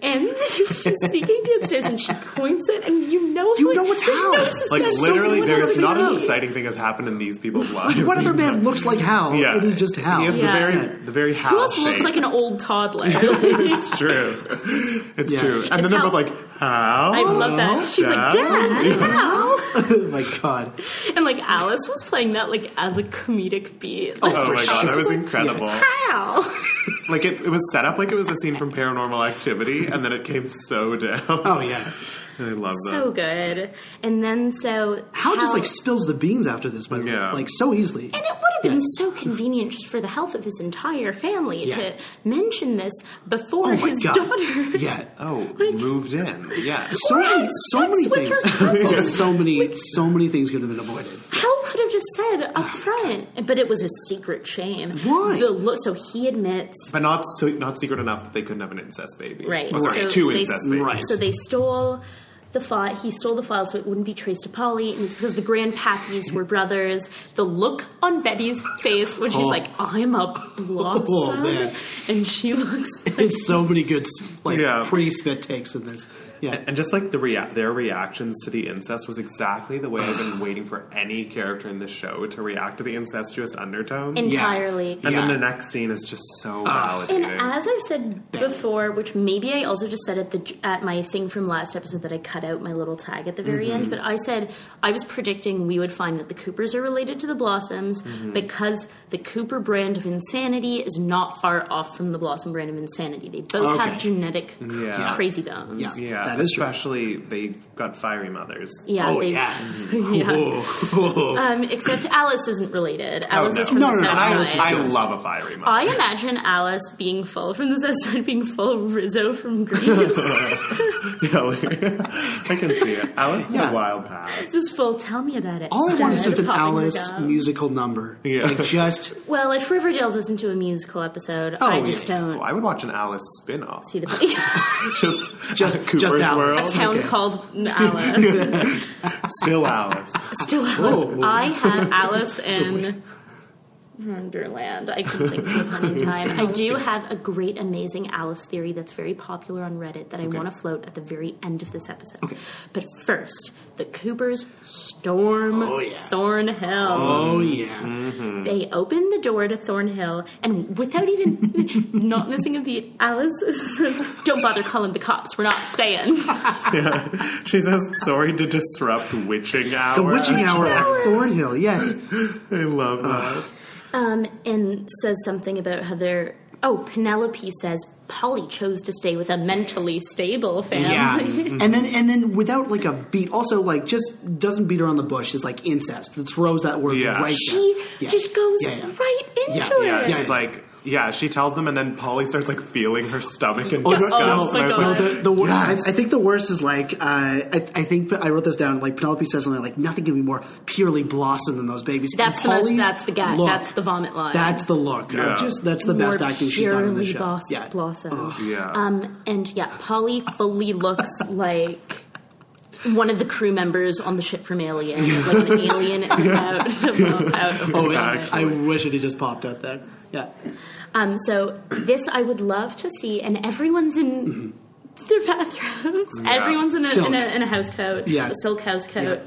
A: And she's sneaking downstairs, and she points it, and you know,
B: You
A: like,
B: know it's
A: there's no
B: Hal.
A: suspense.
C: like
A: There's
C: literally,
A: no
C: there's
A: suspense.
C: not an
A: Yeah.
C: exciting thing has happened in these people's lives.
B: what other man looks like Hal?
C: Yeah.
B: It is just Hal.
C: He has
A: Yeah.
C: the very, the very
A: Who
C: howl
A: else looks
C: shape.
A: like an old toddler? I
C: It's true. It's
B: Yeah.
C: true. And
A: It's
C: then they're
A: how-
C: both like, how?
A: love
C: Oh,
A: that. She's like,
C: Dad?
A: Dad, Hal.
B: oh my god.
A: And like Alice was playing that like as a comedic beat. Like,
C: Oh
B: For
C: my
B: sure.
C: god, that was incredible.
A: Hal.
C: Like it, it was set up like it was a scene from Paranormal Activity, and then it came so down.
B: Oh yeah.
C: I love that.
A: so good. And then so
B: Hal just like spills the beans after this, by the
C: Yeah.
B: way, like so easily.
A: And it would have been so convenient just for the health of his entire family
B: Yeah.
A: to mention this before
B: oh my
A: his
B: god.
A: daughter.
B: Yeah.
C: oh, moved in. Yes.
B: So many, so many
A: with
B: things.
A: her
B: Oh, so many, so many things could have been avoided.
A: Hal could have just said up front, but it was a secret chain.
B: Oh Why?
A: The lo- so he admits.
C: But not so, not secret enough that they couldn't have an incest baby.
A: Right.
C: Well, sorry,
A: So
C: two
A: they,
C: incest babies.
B: Right.
A: So they stole the file. He stole the file so it wouldn't be traced to Polly, and it's because the grandpappies were brothers. The look on Betty's face when she's
B: Oh.
A: like, "I'm a
C: Oh,
A: blossom,"
B: man.
A: and she looks
B: It's so many good, like
C: Yeah.
B: pretty spit takes in this. Yeah.
C: And just like the rea- their reactions to the incest was exactly the way I've been waiting for any character in the show to react to the incestuous undertones.
A: entirely.
C: and then
B: Yeah.
C: the next scene is just so
A: And
B: Ah.
C: validating.
A: as I've said before, which maybe I also just said at the at my thing from last episode that I cut out my little tag at the very
B: Mm-hmm.
A: end, but I said I was predicting we would find that the Coopers are related to the Blossoms
B: Mm-hmm.
A: because the Cooper brand of insanity is not far off from the Blossom brand of insanity. They both
B: Okay.
A: have genetic cr-
C: Yeah.
A: crazy bones.
B: Yeah.
C: yeah,
B: That is true.
C: especially they got fiery mothers.
A: Yeah,
B: Oh
A: they-
B: yeah.
A: yeah.
B: Oh.
A: Um, except Alice isn't related. Alice
C: no.
A: is from
B: No,
A: the
B: no, no,
A: south
B: Alice
A: side.
B: is
C: I
B: Just-
C: love a fiery mother.
A: Oh, I imagine Alice being full from the south side, being full Rizzo from Greece.
C: Yeah, like- I can see it. Alice had
B: Yeah.
C: a wild past.
A: This is full. Tell me about it.
B: All I want is
A: Instead
B: just
A: of
B: an
A: popping
B: Alice
A: the gum.
B: musical number.
C: Yeah.
B: Like just
A: Well, if Riverdale's isn't to a musical episode, I
B: yeah.
A: just
C: Oh,
A: don't
C: I would watch an Alice spin-off.
A: see the
C: Just,
B: Just-
C: just Cooper's
B: just Alice.
C: World.
A: town
B: Okay.
A: called Alice.
C: Still Alice.
A: Still Alice.
B: Whoa.
A: I had Alice in Wonderland. I couldn't think of the pun in time. I do have a great, amazing Alice theory that's very popular on Reddit that I want to float at the very end of this episode. But first, the Coopers storm
B: Oh, yeah.
A: Thornhill.
B: oh yeah.
C: Mm.
A: They open the door to Thornhill, and without even not missing a beat, Alice says, "Don't bother calling the cops. We're not staying."
C: She says, sorry to disrupt witching Uh, hour.
B: The witching hour
A: hour.
B: at Thornhill. Yes.
C: I love that.
A: Um, and says something about how they're. Oh, Penelope says Polly chose to stay with a mentally stable
B: Yeah,
A: family.
C: Mm-hmm.
B: and then and then without like a beat, also like just doesn't beat around the bush. It's like incest. It throws that word
C: Yeah.
B: right.
A: She
B: there.
A: just goes
B: Yeah, yeah.
A: right into
B: Yeah,
A: it.
C: Yeah,
B: Yeah,
C: she's
B: yeah.
C: like, yeah, she tells them, and then Polly starts like feeling her stomach and
B: Oh,
C: disgust.
A: oh my
C: and I was
A: God.
C: like,
B: The, the wor-
C: Yes.
B: I, I think the worst is like uh, I, I think I wrote this down. Like Penelope says something like nothing can be more purely blossom than those babies.
A: That's
B: And
A: the most,
B: Polly's
A: that's the gag.
B: look-
A: That's the vomit line.
B: that's the look.
C: Yeah.
B: Of just that's the best
A: More
B: acting she's done in the
A: purely
B: show.
A: boss-
B: yeah.
A: Blossom.
C: Yeah.
A: Um, and yeah, Polly fully looks like one of the crew members on the ship from Alien. Like an alien is about to bump out of her
B: Oh,
A: stomach.
B: I, I wish it had just popped up there. Yeah.
A: Um, so this I would love to see, and everyone's in their bathrobes.
C: Yeah.
A: Everyone's in a,
B: Silk.
A: in a in a house coat,
B: Yeah.
A: a silk house coat,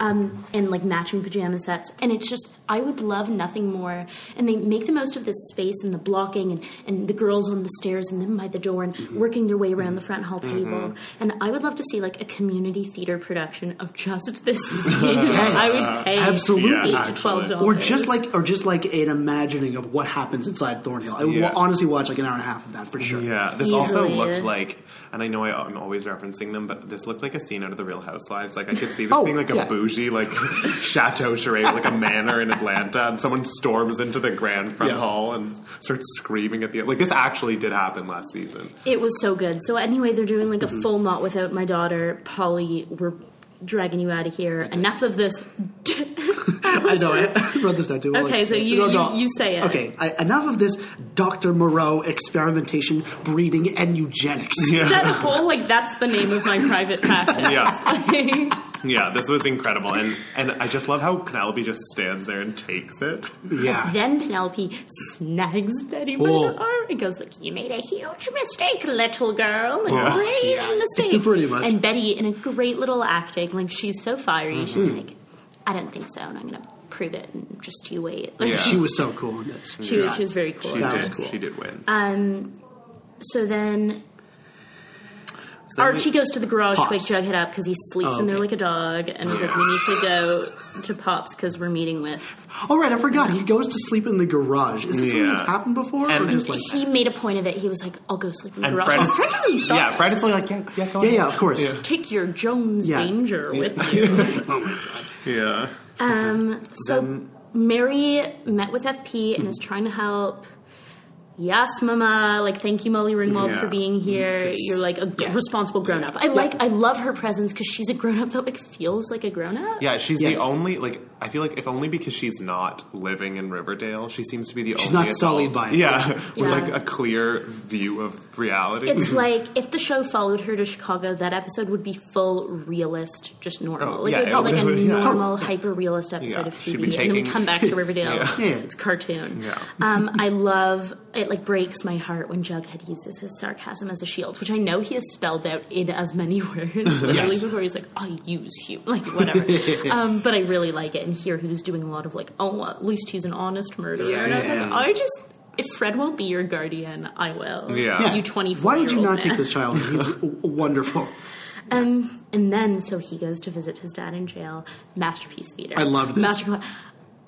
A: um, and like matching pajama sets. And it's just I would love nothing more. And they make the most of this space and the blocking, and and the girls on the stairs and them by the door and
B: Mm-hmm.
A: working their way around the front hall table. And I would love to see like a community theater production of just this. scene. I would pay
B: Absolutely.
A: eight
C: Yeah,
A: to twelve dollars,
B: Or just like, or just like an imagining of what happens inside Thornhill. I would
C: Yeah.
B: honestly watch like an hour and a half of that for sure.
C: Yeah, this also
A: Easily.
C: looked like, and I know I, I'm always referencing them, but this looked like a scene out of The Real Housewives. Like I could see this
B: Oh,
C: being like
B: yeah.
C: a bougie, like chateau charade, like a manor in Atlanta, and someone storms into the grand front
B: Yeah.
C: hall and starts screaming at the like. This actually did happen last season.
A: It was so good. So anyway, they're doing like
C: Mm-hmm.
A: a full knot without my daughter, Polly. We're dragging you out of here. Enough of this.
B: I know it. I wrote this down too.
A: Okay, so you- you- you say it.
B: Okay, I, enough of this Dr. Moreau experimentation, breeding, and eugenics.
A: that whole like that's the name of my private practice.
C: Yeah.
A: Like,
C: Yeah, this was incredible, and and I just love how Penelope just stands there and takes it.
B: Yeah.
A: then Penelope snags Betty by
B: Oh.
A: the arm and goes, "Look, you made a huge mistake, little girl. A
C: Yeah.
A: great
B: Yeah.
A: mistake."
B: Pretty much.
A: And Betty, in a great little acting, like she's so fiery, she's
C: Mm-hmm.
A: like, "I don't think so, and I'm gonna prove it." And just you wait. Like
C: Yeah.
B: She was so cool in this.
A: she, was, she was very cool.
C: She
B: That was
C: did.
B: cool.
C: She did win.
A: Uh, So then
C: So then
A: Archie
C: we-
A: goes to the garage
B: Pops.
A: to wake Jughead up because he sleeps
B: Oh,
A: in there
B: okay.
A: like a dog, and he's like, "We need to go to Pops because we're meeting with."
B: All right, I forgot. He goes to sleep in the garage. Is this something
C: Yeah.
B: that's happened before, or
C: And-
B: just like
A: He made a point of it. He was like, "I'll go sleep in the
C: and
A: garage."
C: Fred,
A: Oh, Fred doesn't stop.
C: Yeah, Fred is really like, yeah, yeah, go
B: yeah,
C: on.
B: yeah, of course.
A: Take your Jones
B: Yeah.
A: danger with you.
C: yeah.
A: Um, so Mary met with FP and
C: Mm-hmm.
A: is trying to help. Yes, Mama. Like, thank you, Molly Ringwald,
C: Yeah.
A: for being here. You're like a g- responsible grown up. I like, I love her presence because she's a grown up that like feels like a grown up.
C: Yeah, she's
B: Yes.
C: the only like. I feel like if only because she's not living in Riverdale, she seems to be the only.
B: She's not
C: adult.
B: sullied by it.
C: Yeah, with
A: Yeah.
C: like a clear view of reality.
A: It's like if the show followed her to Chicago, that episode would be full realist, just normal.
C: Oh,
A: like
C: yeah,
A: it
C: it
A: would be like a
C: would, yeah.
A: normal, hyper realist episode
C: Yeah,
A: of
C: she'd
A: TV.
C: be
A: and then we
C: taking-
A: come back to Riverdale.
C: Yeah.
B: Yeah.
A: It's cartoon.
C: Yeah.
A: Um, I love it, like, breaks my heart when Jughead uses his sarcasm as a shield, which I know he has spelled out in as many words literally
B: Yes.
A: before he's like, I use you, like, whatever. um, but I really like it. And here he was doing a lot of, like, oh, at least he's an honest murderer.
B: Yeah.
A: And I was like, I just. If Fred won't be your guardian, I will.
C: Yeah.
B: Yeah.
A: You 24
B: Why would you not
A: man.
B: take this child? He's w- wonderful.
A: Um, and then, so he goes to visit his dad in jail. Masterpiece Theater.
B: I love this.
A: Masterpiece.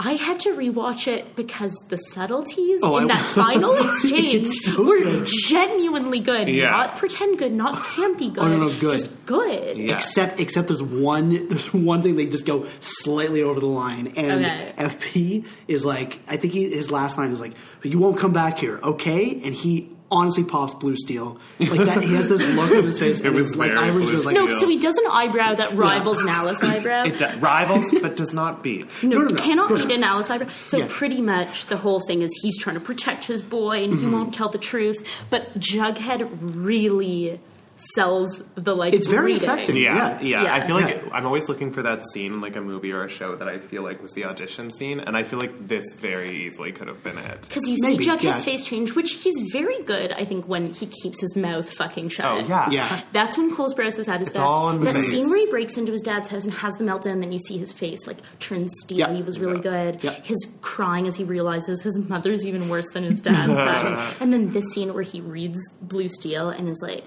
A: I had to rewatch it because the subtleties
B: Oh,
A: in
B: I-
A: that final exchange
B: It's so
A: were
B: good.
A: genuinely good.
C: Yeah.
A: Not pretend good, not campy good.
B: Oh, no, no, good.
A: Just good.
C: Yeah.
B: Except, except there's one, there's one thing they just go slightly over the line, and
A: Okay.
B: FP is like, I think he, his last line is like, "You won't come back here, okay?" And he honestly pops blue steel like that. he has this look on his face, and
C: was
B: his like
C: very
B: Irish
C: Blue
B: goes like,
A: No,
C: Yeah.
A: so he does an eyebrow that rivals an Alice eyebrow.
C: it d- rivals but does not beat.
A: no,
B: No, no, no.
A: cannot
B: No,
A: beat
B: no.
A: an Alice eyebrow. So
B: Yeah.
A: pretty much the whole thing is he's trying to protect his boy and he
B: Mm-hmm.
A: won't tell the truth. But Jughead really sells the like.
B: It's very
A: reading.
B: effective.
C: Yeah,
B: Yeah.
C: yeah,
A: Yeah.
C: I feel like
B: Yeah.
C: I'm always looking for that scene in like a movie or a show that I feel like was the audition scene, and I feel like this very easily could have been it.
A: Because you
B: Maybe,
A: see Jughead's
B: yeah.
A: face change, which he's very good, I think, when he keeps his mouth fucking shut.
C: Oh yeah,
B: "Yeah."
A: That's when Colesboros is at his best.
C: all in the
A: that
C: face.
A: scene where he breaks into his dad's house and has the meltdown, and then you see his face like turn steely
B: Yeah.
A: was really good.
B: Yeah.
A: His crying as he realizes his mother's even worse than his dad's side. And then this scene where he reads Blue Steel and is like,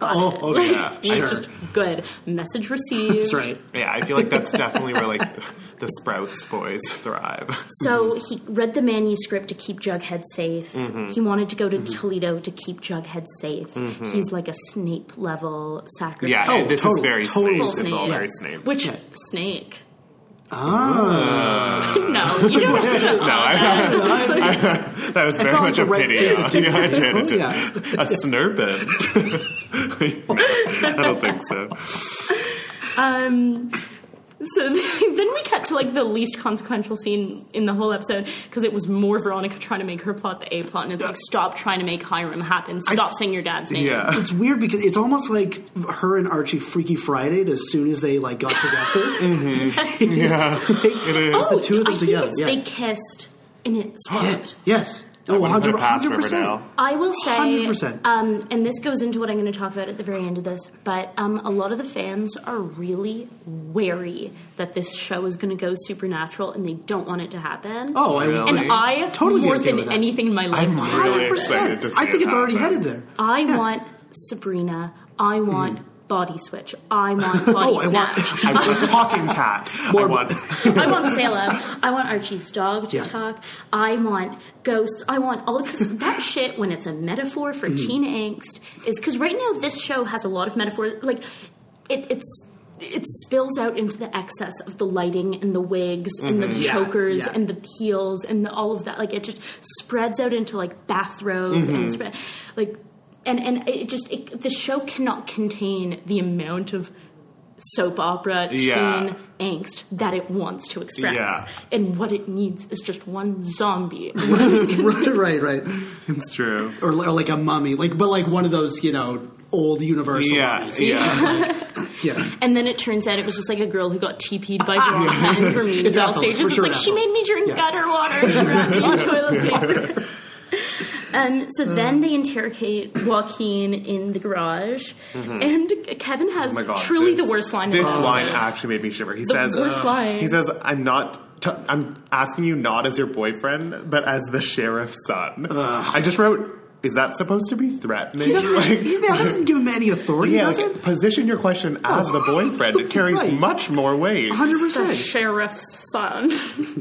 B: "Oh,
A: like,
B: okay,
C: Yeah,
A: he's
B: sure.
A: just good. Message received.
B: that's right."
C: Yeah, I feel like that's definitely where like the Sprouts boys thrive.
A: So
B: Mm-hmm.
A: he read the manuscript to keep Jughead safe. He wanted to go to
B: Mm-hmm.
A: Toledo to keep Jughead safe. He's like a Snape level sacrifice.
C: Yeah,
B: Oh,
C: this
B: total-
C: is very
B: total
C: Snape.
A: Snape.
C: It's all
A: Yeah.
C: very Snape.
A: Which
B: Yeah.
A: snake?
B: Ah,
A: no, you don't have to.
C: No, I, that was very
B: felt
C: much
B: like
C: a
B: the right
C: pity.
B: thing to
C: Yeah, I did. I
B: Oh,
C: did.
B: yeah.
C: A snurpin. no, I don't think so.
A: So then we cut to like the least consequential scene in the whole episode because it was more Veronica trying to make her plot the A plot, and it's like stop trying to make Hiram happen. Stop saying your dad's name.
C: Yeah.
B: it's weird because it's almost like her and Archie freaky frighted as soon as they like got together.
C: Mm-hmm. Yeah. It is.
A: Oh,
B: the two of them
A: I think
B: together,
A: it's
B: yeah.
A: they kissed and it swapped.
B: yes. Oh,
C: Wouldn't have
B: 100
C: passed
B: 100%.
C: Riverdale.
A: I will say,
B: 100%.
A: Um, and this goes into what I'm going to talk about at the very end of this, but um, a lot of the fans are really wary that this show is going to go supernatural, and they don't want it to happen.
B: Oh, I
C: Really?
A: and I
B: Totally
A: more
B: okay
A: than
B: with that.
A: anything in my life,
C: I'm
A: want
C: really
A: it.
B: Hundred
C: excited
B: percent.
C: to see
B: I think
C: it
B: it's already
C: happen.
B: headed there.
A: I want Sabrina. I want Body Switch. I want Body
B: Mm-hmm. Oh, I want-
A: Snatch.
C: I want a talking cat. I want.
A: I want Salem. I want Archie's dog to
B: Yeah.
A: talk. I want ghosts. I want all because that shit when it's a metaphor for
B: Mm-hmm.
A: teen angst is because right now this show has a lot of metaphor. Like it, it's. It spills out into the excess of the lighting and the wigs and the
B: Mm-hmm. Yeah,
A: chokers
B: yeah.
A: and the heels and the, all of that. Like it just spreads out into like bathrobes
B: Mm-hmm.
A: and spread, like and and it just it, the show cannot contain the amount of soap opera teen
C: Yeah.
A: angst that it wants to express.
C: Yeah.
A: And what it needs is just one zombie.
B: right, right, right.
C: It's true.
B: Or, or like a mummy, like but like one of those you know old Universal
C: Yeah,
B: mummies.
C: yeah.
B: yeah.
A: and then it turns out it was just like a girl who got TP'd by Veronica and her mean
B: It's
A: girl
B: Ethel,
A: stages.
B: for
A: It's
B: sure
A: like she
B: Ethel.
A: made me drink
B: Yeah.
A: gutter water and she wrapped me in toilet paper. Um, so
C: Mm.
A: then they interrogate Joaquin in the garage, and Kevin has
C: Mm-hmm. Oh my god.
A: truly
C: this-
A: the worst line.
C: This
A: of all.
C: line actually made me shiver. He says, uh,
A: worst line.
C: He says, "I'm not. T- I'm asking you not as your boyfriend, but as the sheriff's son." I just wrote, "Is that supposed to be threatening?"
B: He doesn't,
C: Like,
B: he- that doesn't give him any authority,
C: yeah,
B: does
C: like,
B: it?
C: position your question as the boyfriend. It carries
B: Right.
C: much more weight.
B: Hundred
A: the
B: percent.
A: sheriff's son.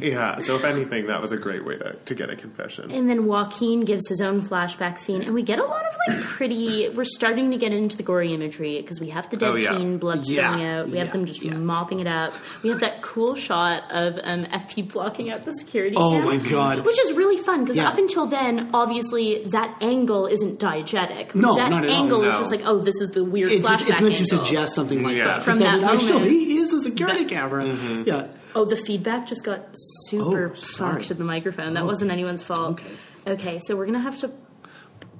C: Yeah. So if anything, that was a great way to, to get a confession.
A: And then Joaquin gives his own flashback scene, and we get a lot of like pretty. We're starting to get into the gory imagery because we have the dead
C: Oh, yeah.
A: teen blood
B: Yeah.
A: spilling out. We have
B: Yeah.
A: them just
B: Yeah.
A: mopping it up. We have that cool shot of um, FP blocking out the security.
B: Oh
A: cam,
B: my god.
A: Which is really fun because
B: Yeah.
A: up until then, obviously, that angle isn't diegetic.
B: No,
A: that
B: not at all,
A: angle is
C: no.
A: just like, oh, this is the weird
B: It's
A: flashback
B: just it's meant to
A: angle.
B: suggest something like
C: Yeah. Mm-hmm.
B: that.
A: From
B: but then
A: that
B: actually,
A: moment-
B: he is a security camera. Yeah.
A: Oh, the feedback just got super
B: Oh, sorry.
A: fucked at the microphone. That wasn't anyone's fault. Okay, so we're gonna have to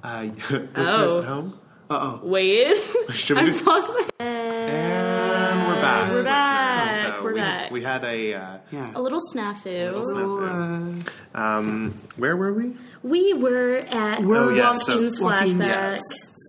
C: Uh, listeners
A: Oh.
C: at home,
A: wait.
C: Should we
A: I'm
C: do-
A: pausing. Uh,
C: and we're back.
A: We're back.
C: So
A: We're
C: we,
A: back.
C: We had a. Uh,
B: Yeah.
A: A little snafu.
B: So, uh,
C: um, where were we?
A: We were at
B: Where
A: Where
B: Oh,
C: yes, so-
A: Watkins
B: Joaquin's-
A: flashback.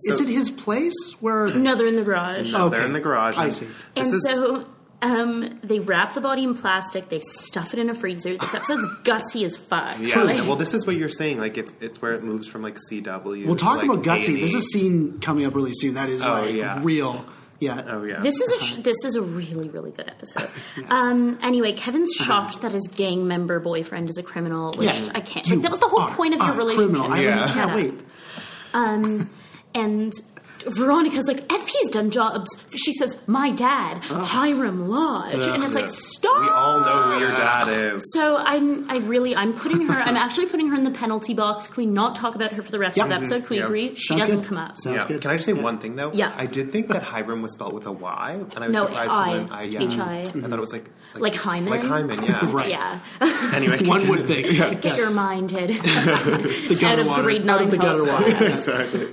B: is it his place where?
A: No, they're in the garage.
C: No, They're
B: Okay.
C: in the garage.
B: I
C: and
B: see.
C: this
A: and
C: is-
A: so um, they wrap the body in plastic. They stuff it in a freezer. This episode's gutsy as fuck.
C: Yeah,
A: Like,
C: well, this is what you're saying. Like, it's it's where it moves from like CW.
B: We'll talk
C: to, like,
B: about gutsy.
C: 80.
B: There's a scene coming up really soon that is like
C: yeah.
B: real. Yeah.
C: Oh yeah.
A: This is a tr- this is a really really good episode. Um, anyway, Kevin's shocked that his gang member boyfriend is a criminal, which
B: Yeah.
A: I can't.
B: You
A: Like that was the whole
B: are
A: point of
B: a
A: your relationship.
B: Criminal. I
C: Yeah.
B: didn't yeah. wait.
A: Um, and Veronica's like, FP's done jobs. She says, my dad, Hiram Lodge. and it's like, stop.
C: we all know who your
B: Ah,
C: dad is.
A: so I'm, I really, I'm putting her, I'm actually putting her in the penalty box. Can we not talk about her for the rest
B: Yep.
A: of the episode? Can we
C: Yep.
A: agree? She
B: Sounds
A: doesn't
B: good.
A: come up.
B: Sounds
C: Yeah.
B: good.
C: Can I just say
B: Yeah.
C: one thing though?
A: Yeah.
C: I did think that Hiram was spelled with a Y, and I was
A: No,
C: surprised
A: I.
C: when I yeah.
A: H-I.
C: I thought it was like
A: Like Hyman?
C: Like Hyman, yeah.
B: Mm-hmm. Right.
A: Yeah.
C: Anyway,
B: One would think. Yeah.
A: Get your mind head.
B: The gutter
A: out of
B: water.
A: grade
B: out
A: nine
B: of the gutter
A: help.
B: water. Yeah.
C: exactly.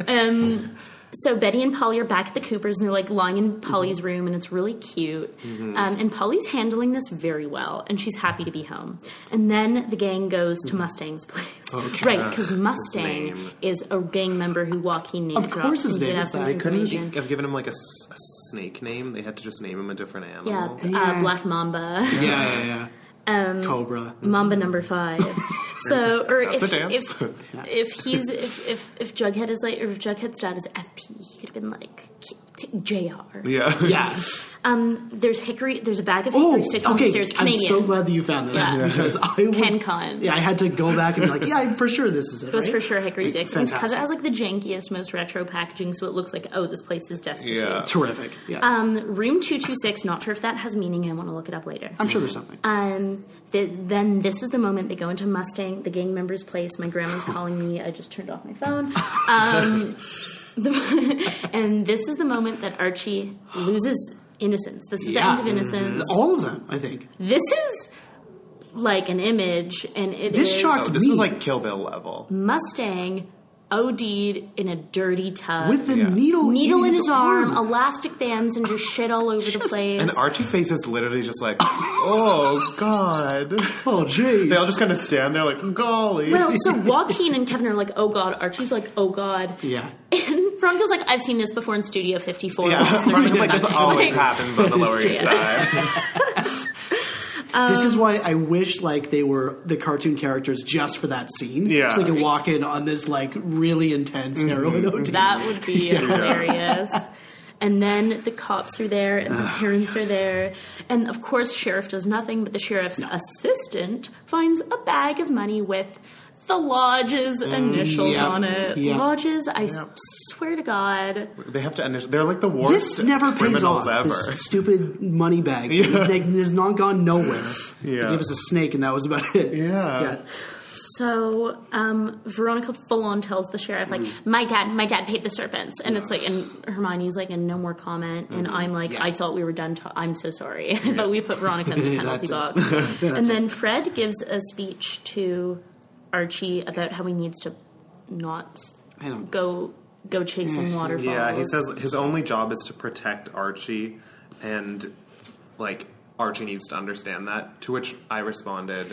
A: so Betty and Polly are back at the Coopers, and they're like lying in Polly's
B: Mm-hmm.
A: room, and it's really cute. Um, and Polly's handling this very well, and she's happy to be home. And then the gang goes to Mustang's place,
B: Mm-hmm. Oh, Okay.
A: right? Because Mustang
C: name.
A: is a gang member who Joaquin name
B: Of
A: dropped,
B: course his
A: and he did
B: name
A: have
B: is
A: some
B: that. It
C: Couldn't
A: information.
C: have given him like a, s- a snake name. They had to just name him a different
A: Yeah,
C: animal.
A: uh, Black Mamba.
B: Yeah, yeah, yeah.
A: Um,
B: Cobra.
A: Mamba number five. So, or
C: That's
A: if,
C: a dance.
A: if if he's if, if if Jughead is like or if Jughead's dad is FP, he could have been like K- t- JR.
C: Yeah.
B: Yeah.
A: Um, there's hickory. There's a bag of
B: Oh,
A: hickory sticks on the
B: okay.
A: stairs.
B: I'm
A: Canadian.
B: so glad that you found this
A: Yeah.
B: because I was
A: KenCon.
B: Yeah, I had to go back and be like, yeah, I- for sure this is it.
A: It was
B: right?
A: for sure hickory sticks, and because it
B: Fantastic.
A: has like the jankiest, most retro packaging, so it looks like oh, this place is destitute.
C: Yeah.
B: terrific. Yeah,
A: Um, room two two six. Not sure if that has meaning. I want to look it up later.
B: I'm sure there's something.
A: Um, th- then this is the moment they go into Mustang, the gang member's place. My grandma's calling me. I just turned off my phone. Um, the- and this is the moment that Archie loses innocence. This is
B: Yeah.
A: the end of innocence.
B: All of them, I think.
A: This is like an image, and it is
B: This shocked
C: Oh, this
B: me
C: was like Kill Bill level.
A: Mustang OD'd in a dirty tub.
B: with the
C: Yeah.
B: needle
A: Needle in his arm, elastic bands, and just shit all over the place.
C: And Archie's face is literally just like, oh god.
B: Oh, jeez.
C: They all just kind of stand there like, golly.
A: well, so Joaquin and Kevin are like, "Oh God!" Archie's like, "Oh God!"
B: Yeah,
A: And Veronica's like, "I've seen this before in Studio 54."
C: yeah, Veronica's like, this always
A: Like-
C: happens on the Lower East Side.
B: this
A: Um,
B: is why I wish like they were the cartoon characters just for that scene.
C: Yeah.
B: so
C: Mm-hmm.
B: they could walk in on this like really intense heroin OD.
A: That would be hilarious. And then the cops are there, and the parents are there, and of course, sheriff does nothing. But the sheriff's assistant finds a bag of money with the lodge's initials
B: Yep.
A: on it.
B: Yep.
A: Lodges, I
C: Mm, Yep.
A: swear to God,
C: They have to end. They're like the worst
B: This never pays
C: criminals
B: off.
C: ever.
B: This stupid money bag. Like, has not gone nowhere.
C: Yeah.
B: They gave us a snake, and that was about it.
C: Yeah.
A: So um, Veronica full on tells the sheriff like,
C: Mm.
A: "My dad, my dad paid the serpents," and it's like, and Hermione's like, "And no more comment." And
C: Mm-hmm.
A: I'm like, "I thought we were done. Ta- I'm so sorry, but we put Veronica in the penalty
B: That's it.
A: box." and then Fred gives a speech to Archie about how he needs to not s-
B: I don't
A: go go chasing waterfalls.
C: Mm. Yeah, he says his only job is to protect Archie, and like Archie needs to understand that. To which I responded,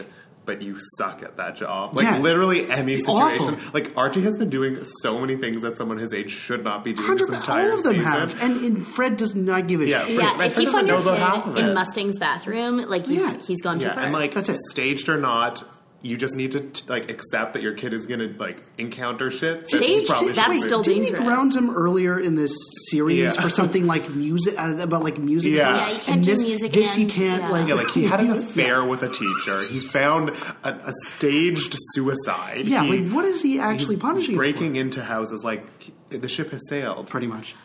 C: "But you suck at that job. Like
B: Yeah.
C: literally any
B: awful.
C: situation. Like Archie has been doing so many things that someone his age should not be doing this
B: Hundred,
C: entire
B: all of them
C: season.
B: have, and, and Fred does not give a
C: Yeah,
B: shit.
C: Fred-
A: Yeah,
C: Fred
A: if you
C: doesn't
A: find your
C: know about half of
A: kid in
C: it.
A: Mustang's bathroom, like you,
B: Yeah.
A: he's gone too
C: yeah,
A: far.
C: and like
B: That's it.
C: staged or not." You just need to t- like accept that your kid is gonna like encounter shit. that he
A: Staged?
C: probably
A: That's
C: shouldn't be
A: still
B: Didn't
A: dangerous.
B: he ground him earlier in this series
C: Yeah.
B: for something like music uh, about like music?
C: Yeah.
B: or
C: Yeah,
B: something?
C: you
A: can't
B: and
A: do
B: this,
A: music
B: This
A: and-
B: you can't
A: yeah.
B: like.
C: Yeah, like he had an affair with a teacher. He found a, a staged suicide.
B: Yeah,
C: He-
B: like what is he actually
C: he's
B: punishing? him
C: breaking into houses like the ship has sailed.
B: for? pretty much.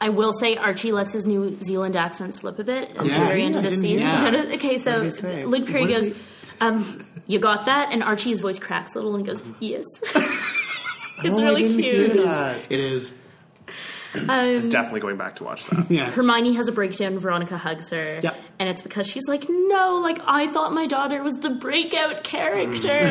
A: I will say Archie lets his New Zealand accent slip a bit at the
B: Yeah.
A: very end of
C: Yeah,
A: the
C: I
A: scene.
B: didn't- yeah.
A: okay, so
C: What did he say?
A: Luke Perry
B: What is
A: goes, um, "You got that?" And Archie's voice cracks a little and goes, "Yes."
C: Oh,
A: it's really cute.
B: Oh, It is.
C: I'm definitely going back to watch that.
B: Yeah.
A: Hermione has a breakdown. Veronica hugs her,
B: Yep.
A: and it's because she's like, "No, like I thought my daughter was the breakout character."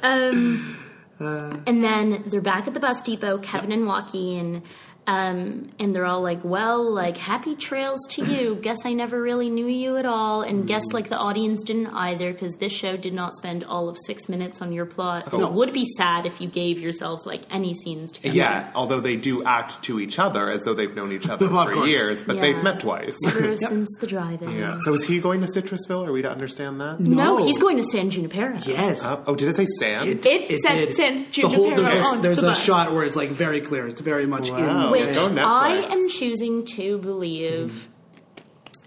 C: Mm. Uh.
A: um, and then they're back at the bus depot. Kevin and Joaquin, um, and they're all like, "Well, like happy trails to you. Guess I never really knew you at all,
C: Mm.
A: and guess like the audience didn't either because this show did not spend all of six minutes on your plot. This
B: No.
A: would be sad if you gave yourselves like any scenes together."
C: Yeah, although they do act to each other as though they've known each other
B: Well, of
C: for
B: course.
C: years, but
A: Yeah.
C: they've met twice.
A: Ever since the drive-in.
C: yeah. So is he going to Citrusville? Are we to understand that?
A: No,
B: No.
A: he's going to San Junipero.
B: Yes.
C: Uh, oh, did it say sand?
A: It said
B: did.
A: San
B: the whole,
A: Junipero
B: there's
A: on
B: there's
A: the
B: a
A: bus.
B: shot where it's like very clear. It's very much
C: Wow.
B: in
A: Which
C: Go Netflix. Hmm.
A: I am choosing to believe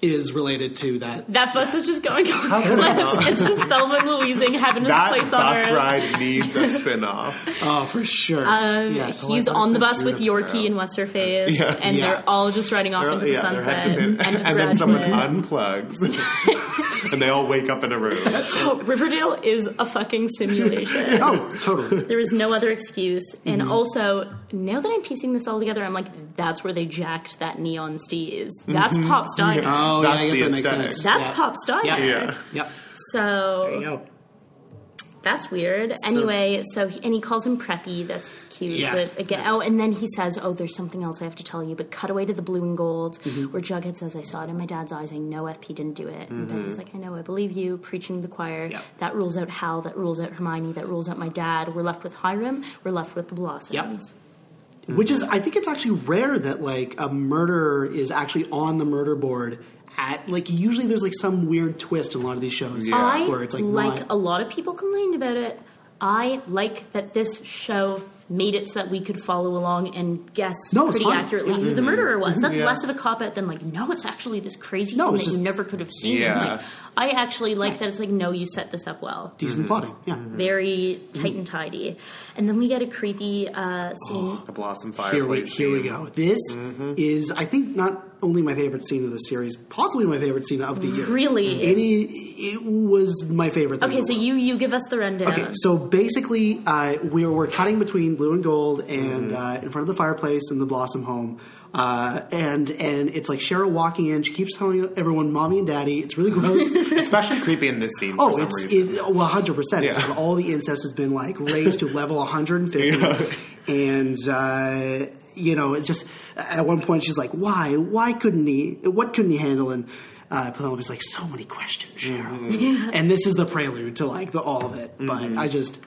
B: is related to that.
A: that bus is just going on
C: could it
A: cliff. It's just Thelma and Louise in heaven is a
C: that
A: place
C: bus
A: on earth.
C: ride needs a spin-off.
B: Oh, for sure. yeah.
A: Um, He's on the bus with Yorkie and What's Her Face,
C: Yeah.
A: and
B: Yeah.
A: they're all just riding off into the
C: Yeah, they're
A: sunset.
C: headed to
A: And,
C: San-
A: to
C: and then someone
A: Bradwood.
C: unplugs, and they all wake up in a room.
A: So Riverdale is a fucking simulation.
B: Oh, totally.
A: There is no other excuse. And
C: Mm-hmm.
A: also, now that I'm piecing this all together, I'm like, that's where they jacked that neon steez. That's
C: Mm-hmm.
A: Pop's Diner.
B: Oh, yeah. I
C: That's
B: guess
C: the
B: that makes
C: aesthetic.
B: sense.
A: That's
B: yeah.
A: Pop's Diner.
B: Yeah.
C: Yeah.
B: Yep.
A: So
B: There you go.
A: that's weird. anyway, so he, and he calls him preppy. That's cute.
B: Yeah.
A: But again, oh, and then he says, "Oh, there's something else I have to tell you." But cut away to the blue and gold,
B: Mm-hmm.
A: where Jughead says, "I saw it in my dad's eyes. I know FP didn't do it." And Betty's like, "I know. I believe you." Preaching to the choir.
B: Mm-hmm. Yeah.
A: That rules out Hal. That rules out Hermione. That rules out my dad. We're left with Hiram. We're left with the Blossoms.
B: Which is, I think it's actually rare that like a murderer is actually on the murder board. At like usually there's like some weird twist in a lot of these shows
C: Yeah.
A: I
B: where it's like,
A: like
B: not-
A: a lot of people complained about it. I like that this show made it so that we could follow along and guess
B: No, it's
A: pretty
B: fine. Mm-hmm.
A: accurately
B: Yeah.
A: who the murderer was. That's
C: Yeah.
A: less of a cop out than like, no, it's actually this crazy
B: No,
A: thing that
B: it's
A: you
B: just-
A: never could have seen.
C: Yeah.
A: Like, I actually like that it's like, no, you set this up well.
B: decent plotting. Yeah.
A: Mm-hmm. Very
B: Mm-hmm.
A: tight and tidy. And then we get a creepy uh,
B: Oh.
A: scene.
C: The Blossom
B: Here we
C: Fireplace.
B: here we
C: scene.
B: go. This is I think not only my favorite scene of the series, possibly my favorite scene of the year.
A: Really?
B: It i- it was my favorite. thing
A: Okay,
B: in
A: so
B: the world.
A: you you give us the rundown.
B: Okay, so basically, uh, we're, we're cutting between blue and gold, and uh, in front of the fireplace in the Blossom home, uh, and and it's like Cheryl walking in. She keeps telling everyone, "Mommy and Daddy." It's really gross.
C: Especially creepy in this scene. for
B: oh,
C: some
B: it's,
C: reason.
B: it's well, hundred percent. It's
C: Yeah.
B: just all the incest has been like raised to level one hundred and fifty, and. Uh, you know, it's just at one point she's like, "Why? Why couldn't he? What couldn't he handle?" And uh, Penelope's like, "So many questions, Cheryl."
C: Mm-hmm.
B: And this is the prelude to like the all of it. But I just,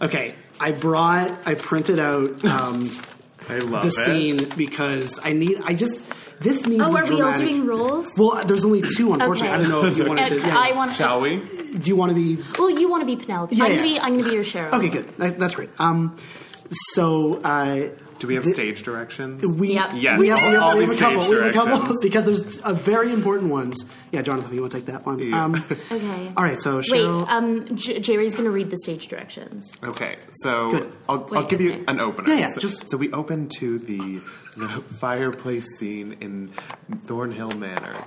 B: Okay, I brought, I printed out um,
C: I love
B: the
C: it.
B: scene because I need, I just, this needs
A: oh,
B: a
A: are we all
B: dramatic.
A: doing roles?
B: well, there's only two, unfortunately.
A: Okay.
B: I don't know if you wanted
A: Uh,
B: to. Yeah,
A: I want.
C: Shall we?
B: do you want to be?
A: Well, you want to be Penelope.
B: Yeah,
A: I'm gonna
B: yeah.
A: be. I'm gonna be your Cheryl.
B: Okay, good. That, that's great. Um, so uh,
C: Do we have
B: The-
C: stage directions?
B: we,
A: Yep.
C: Yes,
B: we have, we
C: all
B: have, we have a
C: these
B: couple,
C: stage
B: we have a couple
C: directions.
B: because there's a very important ones. Yeah, Jonathan, you want to take that one?
C: Yeah.
B: Um,
A: Okay.
B: All right, so
A: Wait,
B: Cheryl.
A: um, J- Jerry's going to read the stage directions.
C: Okay, so
B: Good.
C: I'll, I'll
A: Wait,
C: give you
A: okay.
C: an opener.
B: Yeah, yeah,
C: So,
B: just-
C: so we open to the, the fireplace scene in Thornhill Manor.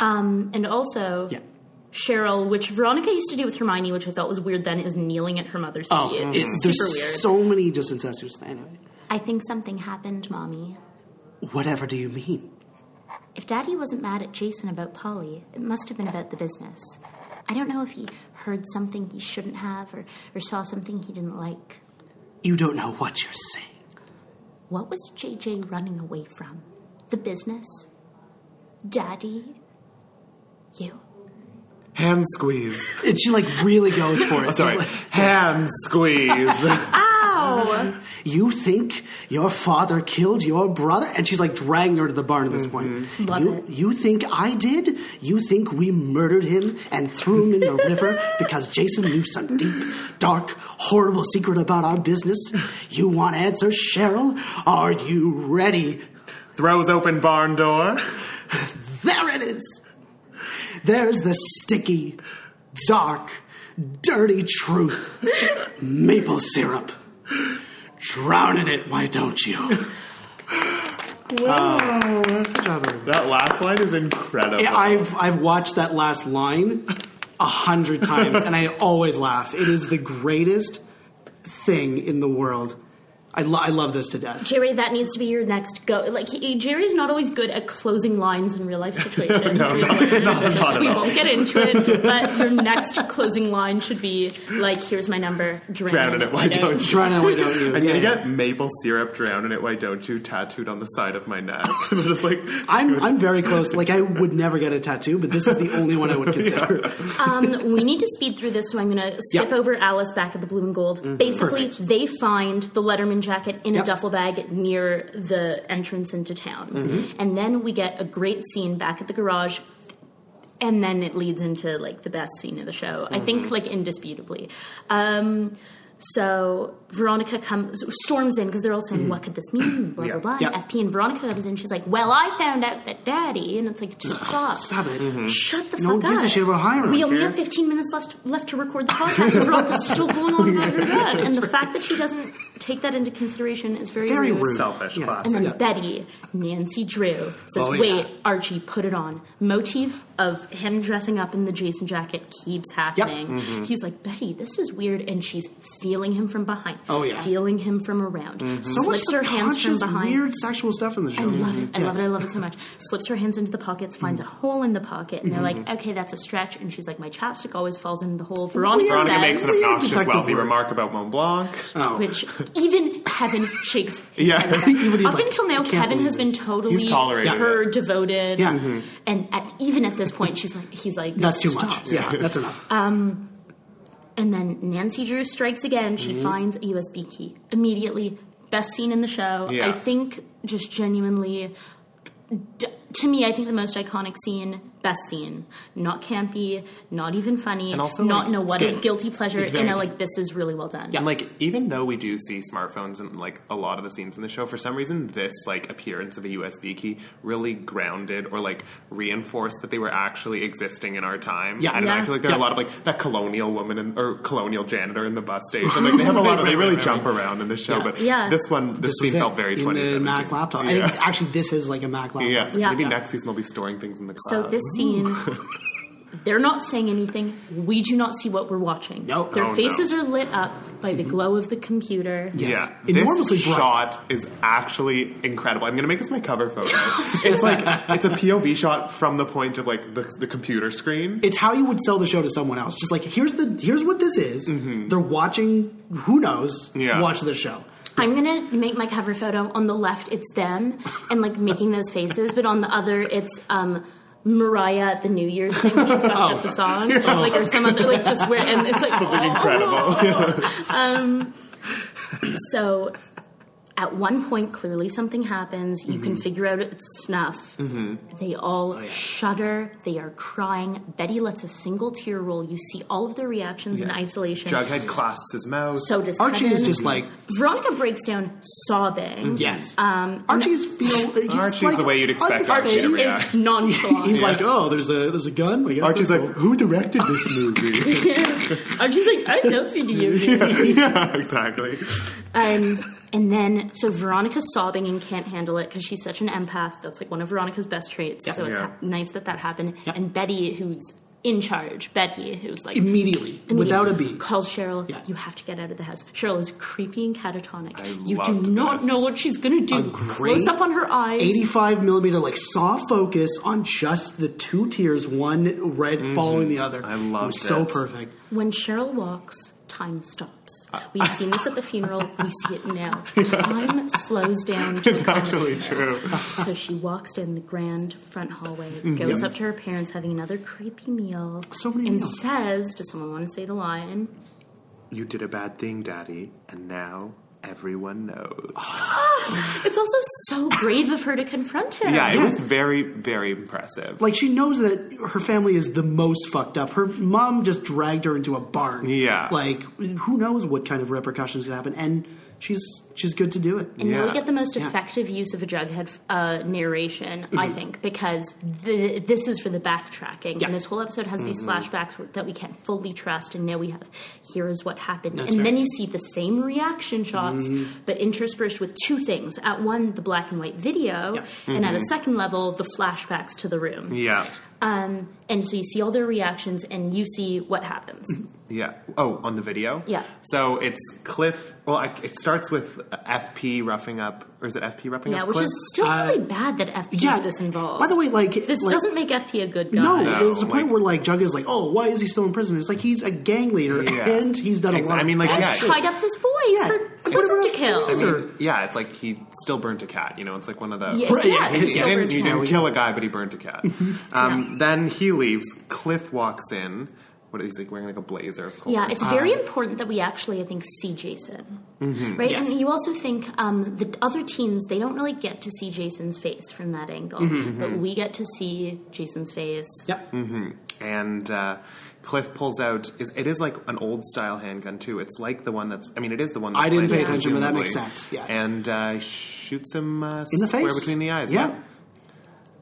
A: And also,
B: yeah.
A: Cheryl, which Veronica used to do with Hermione, which I thought was weird then, is kneeling at her mother's
C: Oh,
A: feet.
B: it's-
A: It's
B: Oh, mm. there's
A: super weird.
B: so many just incestuous things. Anyway,
A: I think something happened, Mommy.
B: whatever do you mean?
A: If Daddy wasn't mad at Jason about Polly, it must have been about the business. I don't know if he heard something he shouldn't have or, or saw something he didn't like.
B: You don't know what you're saying.
A: What was JJ running away from? The business? Daddy? You?
C: Hand squeeze. Oh,
B: And she like really goes for it.
C: Sorry.
B: She's like,
C: Hand squeeze.
A: Ow!
B: you think your father killed your brother? And she's like dragging her to the barn at this point.
A: Love
B: you,
A: it.
B: you think I did? You think we murdered him and threw him in the river because Jason knew some deep, dark, horrible secret about our business? You want answers, Cheryl? Are you ready?
C: Throws open barn door.
B: There it is! There's the sticky, dark, dirty truth. Maple syrup. Drown in it, why don't you?
C: That last line is incredible.
B: Yeah, I've I've watched that last line a hundred times, and I always laugh. It is the greatest thing in the world. I, lo- I love this to death.
A: Jerry, that needs to be your next go. Like, he, Jerry's not always good at closing lines in real life situations. we won't,
C: not at
A: we
C: all.
A: won't get into it, but your next closing line should be, like, here's my number, drown,
C: Drown in it, why don't you?
B: Try now, why don't you?
C: I'm
B: Yeah,
C: gonna
B: yeah.
C: get maple syrup drown in it. Why don't you tattooed on the side of my neck? And I'm just like,
B: I'm I'm very close. Like I would never get a tattoo, but this is the only one I would consider.
A: Um, we need to speed through this, so I'm going to skip
B: Yeah. Mm-hmm.
A: over Alice back at the Blue and Gold. Basically,
B: Perfect.
A: they find the Letterman jacket in
B: Yep.
A: a duffel bag near the entrance into town.
B: Mm-hmm.
A: And then we get a great scene back at the garage. And then it leads into like the best scene of the show, I think,
B: Mm-hmm.
A: like indisputably. Um, so Veronica comes, storms in because they're all saying, "What could this mean?" Blah
C: Yeah.
A: blah blah.
B: Mm-hmm. Yeah.
A: And FP and Veronica comes in. She's like, "Well, I found out that Daddy," and it's like, just stop,
B: Stop it.
C: Mm-hmm.
A: shut the
B: No
A: fuck
B: one gives
A: up.
B: a shit about Hiram,
A: We only
B: dude.
A: have 15 minutes left, left to record the podcast. and We're all still going on about her dad. And the fact that she doesn't take that into consideration is very,
B: Very rude.
C: Selfish
B: Yeah.
C: class.
A: And then
B: Yeah.
A: Betty, Nancy Drew, says,
B: Oh, yeah.
A: Wait, Archie, put it on. Motif of him dressing up in the Jason jacket keeps happening.
B: Mm-hmm.
A: He's like, Betty, this is weird. And she's feeling him from behind.
B: Oh, yeah. Mm-hmm.
A: Feeling him from around.
B: So much
A: Slips her hands from
B: subconscious,
A: behind.
B: weird sexual stuff in the show.
A: I love it. I love it. I love it so much. Slips her hands into the pockets, finds a hole in the pocket, and they're
B: Mm-hmm.
A: like, "Okay, that's a stretch." And she's like, "My chapstick always falls in the hole." Veronica,
C: Veronica
A: says,
C: makes an
B: Weird
C: obnoxious
B: detective
C: wealthy
B: work.
C: remark about Mont Blanc.
B: Oh.
A: which even Kevin shakes his
C: Yeah.
A: head. at that.
B: Even he's
A: Up
B: like,
A: until now,
B: "I can't
A: Kevin has
B: believe
A: been
B: this."
A: totally
C: You've tolerated
A: her
C: it.
A: devoted.
B: Yeah. Mhm.
A: And at, even at this point, she's like, he's like,
B: That's too
A: "Stop,
B: much. Yeah, that's enough.
A: Um, And then Nancy Drew strikes again. She
C: Mm-hmm.
A: finds a USB key immediately. Best scene in the show.
C: Yeah.
A: I think just genuinely, d- to me, I think the most iconic scene, best scene. Not campy, not even funny,
C: And also,
A: not
C: like,
A: no
C: it's
A: what a
C: good.
A: guilty pleasure.
C: It's
A: You
C: very
A: know,
C: good.
A: like this is really well done.
C: And like, even though we do see smartphones in like a lot of the scenes in the show, for some reason, this like appearance of a USB key really grounded or like reinforced that they were actually existing in our time.
B: Yeah.
C: I don't know. I
A: Yeah.
C: feel like there are
B: Yeah.
C: a lot of like that colonial woman in, or colonial janitor in the bus station. Like they have a lot of they really jump around in the show, but
A: Yeah.
C: this one this,
B: was
C: scene felt
B: it.
C: very
B: in the
C: 2017.
B: Mac laptop. I think actually this is like a Mac laptop.
C: Yeah,
A: Yeah.
C: maybe
A: Yeah.
C: next season they'll be storing things in the
A: So
C: cloud.
A: this scene, they're not saying anything. We do not see what we're watching.
B: Nope.
A: Their
C: Oh, no. Mm-hmm.
A: faces are lit up by the glow of the computer.
B: Yes.
C: Yeah,
B: Enormously
C: this
B: bright.
C: shot is actually incredible. I'm gonna make this my cover photo. it's like it's a POV shot from the point of like the, the computer screen.
B: it's how you would sell the show to someone else. Just like here's the here's what this is. They're watching who knows
C: Mm-hmm. Yeah.
B: watch the show.
A: I'm gonna make my cover photo. On the left, it's them and like making those faces, but on the other, it's um, Mariah at the New Year's thing, where she fucked up the song, like or some other like just where, and it's like oh. Um,
C: Incredible.
A: So, at one point, clearly something happens. You
B: Mm-hmm.
A: can figure out it's snuff. They
B: Oh,
A: all shudder. They are crying. Betty lets a single tear roll. You see all of their reactions in isolation.
C: Jughead clasps his mouth.
A: so does
B: Archie is
A: Kevin.
B: just like
A: Veronica breaks down sobbing.
B: yes.
A: Um,
B: Archie's feel. He's
C: Archie's
B: like,
C: the way you'd expect Archie to
A: Archie is
C: react.
A: nonchalant.
B: He's like oh there's a there's a gun. I guess
C: Archie's
B: that's
C: like, who directed this movie?
A: Archie's like, I love video games.
C: yeah, exactly.
A: Um, and then, so Veronica's sobbing and can't handle it because she's such an empath. That's like one of Veronica's best traits. so it's
C: Yeah.
A: ha- nice that that happened.
B: Yep.
A: And Betty, who's in charge, Betty, who's like
B: immediately, without a beat.
A: calls Cheryl.
B: Yeah.
A: You have to get out of the house. Cheryl is creepy and catatonic.
C: I
A: you do
C: loved
A: not
C: this.
A: know what she's going to do.
B: A great
A: Close up on her eyes.
B: 85 millimeter, like soft focus on just the two tears, one red following the other.
C: Mm-hmm. I
B: it.
C: loved
B: Was so
C: it.
B: perfect.
A: When Cheryl walks, time stops. We've seen this at the funeral. We see it now. Time slows down. To
C: It's
A: a comic
C: actually true.
A: So she walks down the grand front hallway,
C: Mm,
A: goes up to her parents having another creepy meal,
B: So many
A: and
B: meals.
A: says, "Does someone want to say the line?"
C: You did a bad thing, Daddy, and now everyone
B: Oh,
C: knows.
A: It's also so brave of her to confront him.
C: Yeah,
B: Yeah.
C: it was very, very impressive.
B: Like she knows that her family is the most fucked up. Her mom just dragged her into a barn.
C: Yeah.
B: Like who knows what kind of repercussions could happen, and she's she's good to do it.
A: And now we
C: Yeah.
A: get the most effective use of a Jughead uh, narration, I think, because the, this is for the backtracking.
B: Mm-hmm. Yeah. Mm-hmm.
A: And this whole episode has these flashbacks where, that we can't fully trust and know we have. Here is what happened.
B: That's
A: and
B: right.
A: then
B: Mm-hmm.
A: you see the same reaction shots, but interspersed with two things. At one, the black and white video,
B: Yeah. Mm-hmm.
A: and at a second level, the flashbacks to the room.
C: Yeah.
A: Um, and so you see all their reactions and you see what happens.
C: Yeah. Oh, on the video?
A: Yeah.
C: So it's Cliff. Well, I, it starts with FP roughing up, or is it FP roughing
A: Yeah,
C: up?
A: which
C: Cliff?
A: is still really bad that FP
B: uh, Yeah,
A: is this involved.
B: By the way, like
A: this
B: like,
A: doesn't make FP a good guy.
B: No,
C: No,
B: there's a point
C: like-
B: where like Jughead's like, "Oh, why is he still in prison?" It's like he's a gang leader
C: Yeah.
B: and he's done a
C: Ex-
B: lot.
C: I mean, like,
B: of bad
C: yeah.
B: shit.
A: tied up this boy
B: Yeah.
A: for
B: Put him in
A: Clifford to
B: a
A: kill.
B: freezer.
C: Yeah, it's like he still burnt a cat. You know, it's like one of those.
A: Yes,
B: Right,
A: yeah,
B: yeah,
A: it's
B: yeah.
A: still burnt
C: You didn't, you
A: cat.
C: didn't kill a guy, but he burnt a cat. um, Then he leaves. Cliff walks in. What is he wearing? Like a blazer. Of course.
A: Yeah, it's very
C: uh,
A: important that we actually, I think, see Jason,
C: Mm-hmm.
A: right?
B: Yes.
A: And you also think um, the other teens they don't really get to see Jason's face from that angle,
C: Mm-hmm,
A: but we get to see Jason's face.
B: Yep.
C: and uh, Cliff pulls out. Is it is like an old style handgun too? It's like the one that's. I mean, it is the one. That's
B: I didn't pay
C: planted,
B: attention, but that makes
C: presumably.
B: sense, yeah.
C: and uh, shoots him uh,
B: In the face,
C: square between the eyes.
B: Yeah,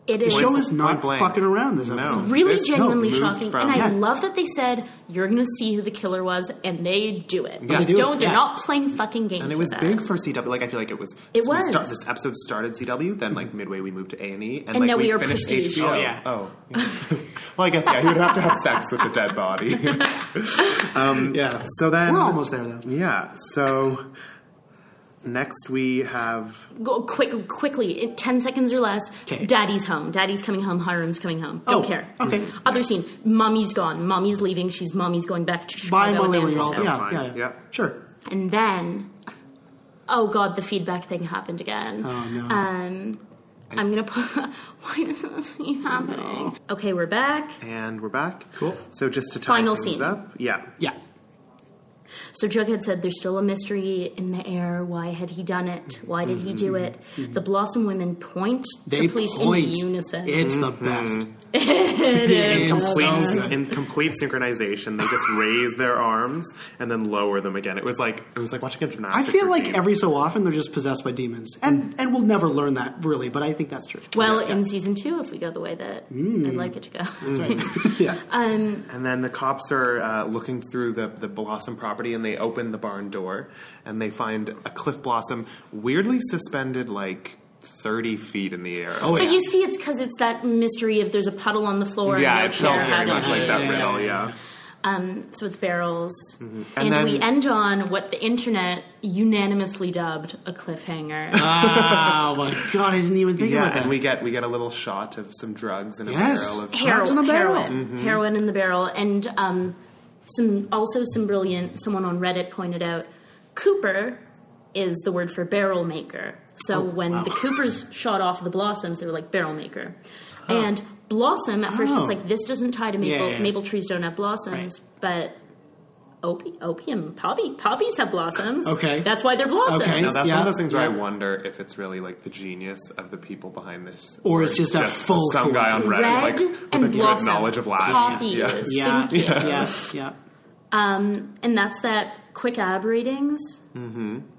A: It is
B: the show
C: Point
B: is not
C: blank.
B: fucking around. This
C: No.
B: episode.
A: really
C: This-
A: genuinely
C: no, moved
A: shocking,
C: from-
A: and I
B: Yeah.
A: love that they said you're going to see who the killer was, and they do it.
C: they do
A: don't
B: it,
A: they're
B: yeah.
A: not playing fucking games.
C: And it
A: with
C: was big
A: us.
C: for CW. Like I feel like it was.
A: It
C: so we
A: was.
C: start- this episode started CW. Then like midway we moved to A and E,
A: And
C: like
A: now we are
C: finished
A: Prestige.
C: HBO.
B: Oh, yeah.
C: Oh. well, I guess yeah. You would have to have sex with the dead body.
B: Yeah.
C: so then
B: We're almost there though.
C: Yeah. So next we have
A: Go quick, quickly, in ten seconds or less.
B: 'Kay.
A: Daddy's home. Daddy's coming home. Hiram's coming home. Don't
B: Oh,
A: care.
B: okay.
A: Other scene. Mommy's gone. Mommy's leaving. She's mommy's going back to
B: Bye,
A: Chicago.
B: Molly.
A: with
B: Ringwald.
A: Andrew's house.
B: Yeah,
C: fine.
B: yeah, yeah,
C: Yeah.
B: Sure.
A: And then, oh god, the feedback thing happened again.
B: Oh, no.
A: Um, I'm gonna put. Why does this keep happening? Okay, we're back.
C: and we're back.
B: Cool.
C: So just to tie
A: Final
C: things
A: scene.
C: up. Yeah.
B: Yeah.
A: So Jughead said there's still a mystery in the air. Why had he done it? Why did he do it? The Blossom women point
B: Mm-hmm. They
A: the police
B: point.
A: in unison.
B: It's the
C: Mm-hmm.
B: best.
A: It is.
B: It's so
C: Complete-
B: good.
C: in complete synchronization, they just raise their arms and then lower them again. It was like it was like watching a
B: I
C: gymnastics.
B: feel like
C: routine.
B: every so often they're just possessed by demons, and and we'll never learn that really. But I think that's true.
A: Well, in season two, if we go the way that
C: Mm.
A: I'd like it to go.
B: yeah.
A: uh,
C: And then the cops are uh, looking through the, the Blossom property and they open the barn door and they find a Cliff Blossom weirdly suspended like 30 feet in the air.
B: oh
A: But
B: yeah.
A: you see, it's because it's that mystery of there's a puddle on the floor and
C: yeah,
A: no
C: it
A: chair.
C: felt
A: how
C: very
A: do
C: much like
A: we-
C: that
B: yeah,
C: riddle,
B: yeah.
C: yeah.
A: Um, so it's barrels, and,
C: And then-
A: we end on what the internet unanimously dubbed a cliffhanger.
B: Ah, my god! I didn't even think
C: Yeah,
B: about that.
C: and we get we get a little shot of some drugs and a
B: Yes.
C: barrel of
B: Drugs in a
A: heroin,
B: barrel. Mm-hmm.
A: heroin, heroin in the barrel, and um, some also some brilliant. Someone on Reddit pointed out Cooper is the word for barrel maker. So
B: Oh,
A: when the Coopers shot off the blossoms, they were like barrel maker, and blossom. At first,
B: Oh.
A: it's like this doesn't tie to maple.
B: Yeah, yeah, yeah.
A: Maple trees don't have blossoms, but. Opi- opium, poppy, poppies have blossoms.
B: Okay.
A: that's why they're blossoms.
B: Okay.
C: Now that's one
B: Yeah.
C: of those things where I
B: Yeah.
C: wonder if it's really like the genius of the people behind this,
B: Or it's just a full
C: some guy on Reddit,
B: coincidence.
A: Red
C: like with
A: and
C: a good
A: blossom
C: knowledge of Latin.
A: poppies.
C: Yeah.
B: yeah,
A: Thank you.
B: yeah, yes, yeah.
A: And that's that. Quick ab ratings.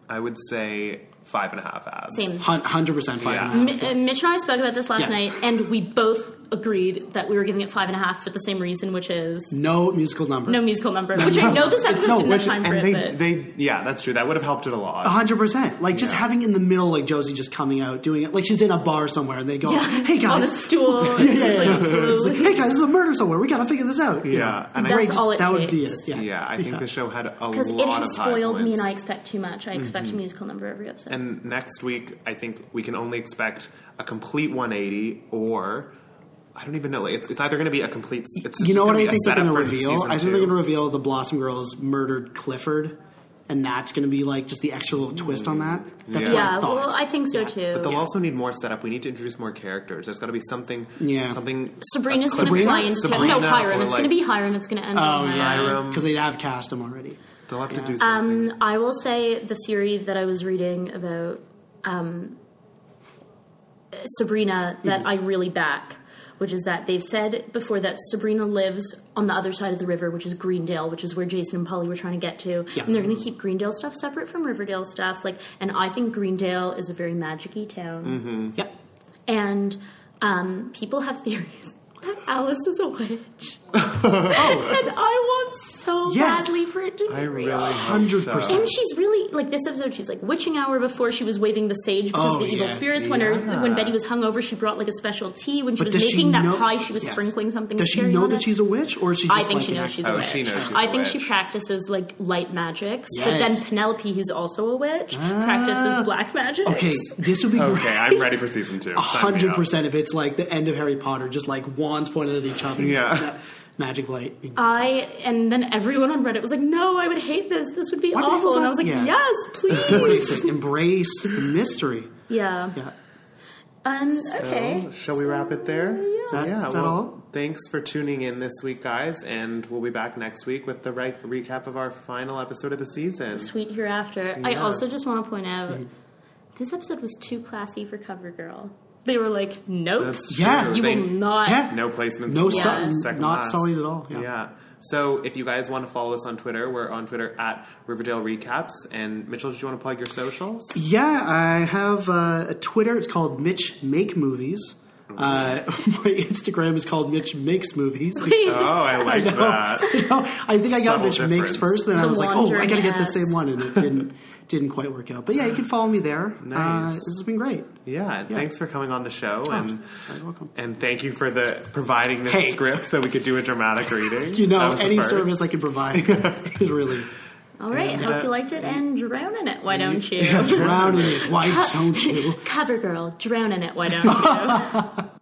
C: I would say five and a half abs.
A: Same.
B: Hun- Hundred percent five.
C: Yeah.
B: and a half.
A: Mi- uh, Mitch and I spoke about this last
B: Yes.
A: night, and we both agreed that we were giving it five and a half for the same reason, which is
B: No musical number.
A: no musical number, which I know this
B: It's
A: episode
B: no,
A: didn't have
B: which-
A: time for
C: and
A: it,
C: they,
A: but
C: they, yeah, that's true. That would have helped it a lot.
B: hundred percent. Like just
C: Yeah.
B: having in the middle, like Josie just coming out doing it. Like she's in a bar somewhere, and they go,
A: yeah,
B: "Hey
A: on a
B: guys,
A: stool, and just, like,
B: It's like,
A: slowly-
B: hey guys, there's a murder somewhere. We gotta figure this out." You
C: Yeah,
B: know?
C: and I
A: That's
B: Great,
A: all it
B: that would be it.
A: takes.
B: Yeah,
C: yeah, I think the show had a lot
A: because it
C: of
A: has
C: high
A: spoiled me,
C: points.
A: and I expect too much. I expect
B: Mm-hmm.
A: a musical number every episode.
C: And next week, I think we can only expect a complete 180, or I don't even know. Like, it's, it's either going to be a complete. It's
B: You know what I
C: gonna be a
B: think they're
C: setup
B: gonna
C: for
B: reveal?
C: season
B: I think they're
C: two.
B: gonna reveal the Blossom Girls murdered Clifford, and that's gonna be like just the extra little twist on that. That's
C: Yeah.
B: what I
A: yeah,
B: thought.
A: well, I think so too.
C: But they'll
A: Yeah.
C: also need more setup. We need to introduce more characters. There's got to be something.
B: Yeah.
C: Something.
A: Sabrina's
C: a
A: going to
B: Uh, Sabrina?
A: fly into town.
C: Sabrina
A: No, Hiram.
C: or
A: It's
C: like-
A: going to be Hiram. It's going to end on
B: oh
A: Hiram.
B: yeah,
C: Hiram.
B: because they'd have cast them already.
C: They'll have to do something.
A: Um, I will say the theory that I was reading about um, Sabrina that I really back, which is that they've said before that Sabrina lives on the other side of the river, which is Greendale, which is where Jason and Polly were trying to get to,
B: Yeah.
A: and they're going to keep Greendale stuff separate from Riverdale stuff. Like, and I think Greendale is a very magic-y town,
B: Yep.
A: and um, people have theories. that Alice is a witch, and I want so
B: Yes.
A: badly for it to be
C: I really.
A: real.
C: hope
B: Hundred
C: so.
B: percent.
A: And she's really like this episode. She's like witching hour before she was waving the sage because
B: Oh,
A: the evil
B: yeah.
A: spirits. When her
C: Yeah.
A: when Betty was hungover, she brought like a special tea. When she was
B: But does she
A: making that
B: know-
A: pie, she was
B: yes.
A: sprinkling something.
B: Does she
A: scary
B: know
A: on
B: that
A: it.
B: she's a witch, or is she? Just
A: I think
B: like
A: she
B: an
A: knows
B: actor?
A: she's a
C: Oh,
A: witch.
C: she knows she's
A: I
C: a
A: think she
C: witch.
A: practices like light magics, but
B: Yes.
A: then Penelope, who's also a witch,
B: Ah.
A: practices black magic.
B: Okay, this would be great.
C: Okay, I'm ready for season two. Sign me up.
B: hundred percent if it's like the end of Harry Potter, just like wands pointed at each other. Ma-
C: Yeah.
B: Magic light.
A: I and then everyone on Reddit was like, "No, I would hate this. This would be
B: Why do people
A: awful." And I
B: not-
A: was like,
B: Yeah.
A: "Yes,
B: Embrace
A: please."
B: it. Embrace the mystery.
A: yeah.
B: Yeah.
A: Um.
C: So,
A: Okay.
C: shall we wrap it there?
B: Is that,
C: yeah,
B: is that
C: well,
B: all?
C: Thanks for tuning in this week, guys, and we'll be back next week with the right recap of our final episode of the season.
A: sweet hereafter. I
C: Yeah.
A: also just want to point out this episode was too classy for CoverGirl. They were like, nope,
C: That's
B: Yeah.
C: true.
A: you
C: They-
A: will not.
B: Yeah.
C: No placements.
B: No
C: last,
A: Sully-
C: second
B: not
C: last.
B: Sullied at all, yeah.
C: So if you guys want to follow us on Twitter, we're on Twitter at Riverdale Recaps. And Mitchell, did you want to plug your socials?
B: Yeah, I have uh, a Twitter. It's called Mitch Make Movies. Uh, my Instagram is called Mitch Makes Movies.
A: Please.
C: Oh, I like
B: know.
C: that.
B: You know, I think I got
C: Subtle
B: Mitch Makes
C: difference.
B: first, then I
A: The
B: was like, oh, I
A: wandering
B: gotta get the
A: ass.
B: same one, and it didn't didn't quite work out. But yeah, you can follow me there. Uh,
C: Nice.
B: this has been great.
C: Yeah, and
B: Yeah.
C: Thanks for coming on the show, and
B: You're welcome.
C: and thank you for the providing this
B: Hey.
C: script so we could do a dramatic reading.
B: You
C: That
B: know,
C: was the
B: any
C: first.
B: service I can provide is really
A: All right,
C: Yeah.
A: hope you liked it and drown in it. Why don't you?
B: drowning it. Why don't you?
A: CoverGirl, drown in it. Why don't you?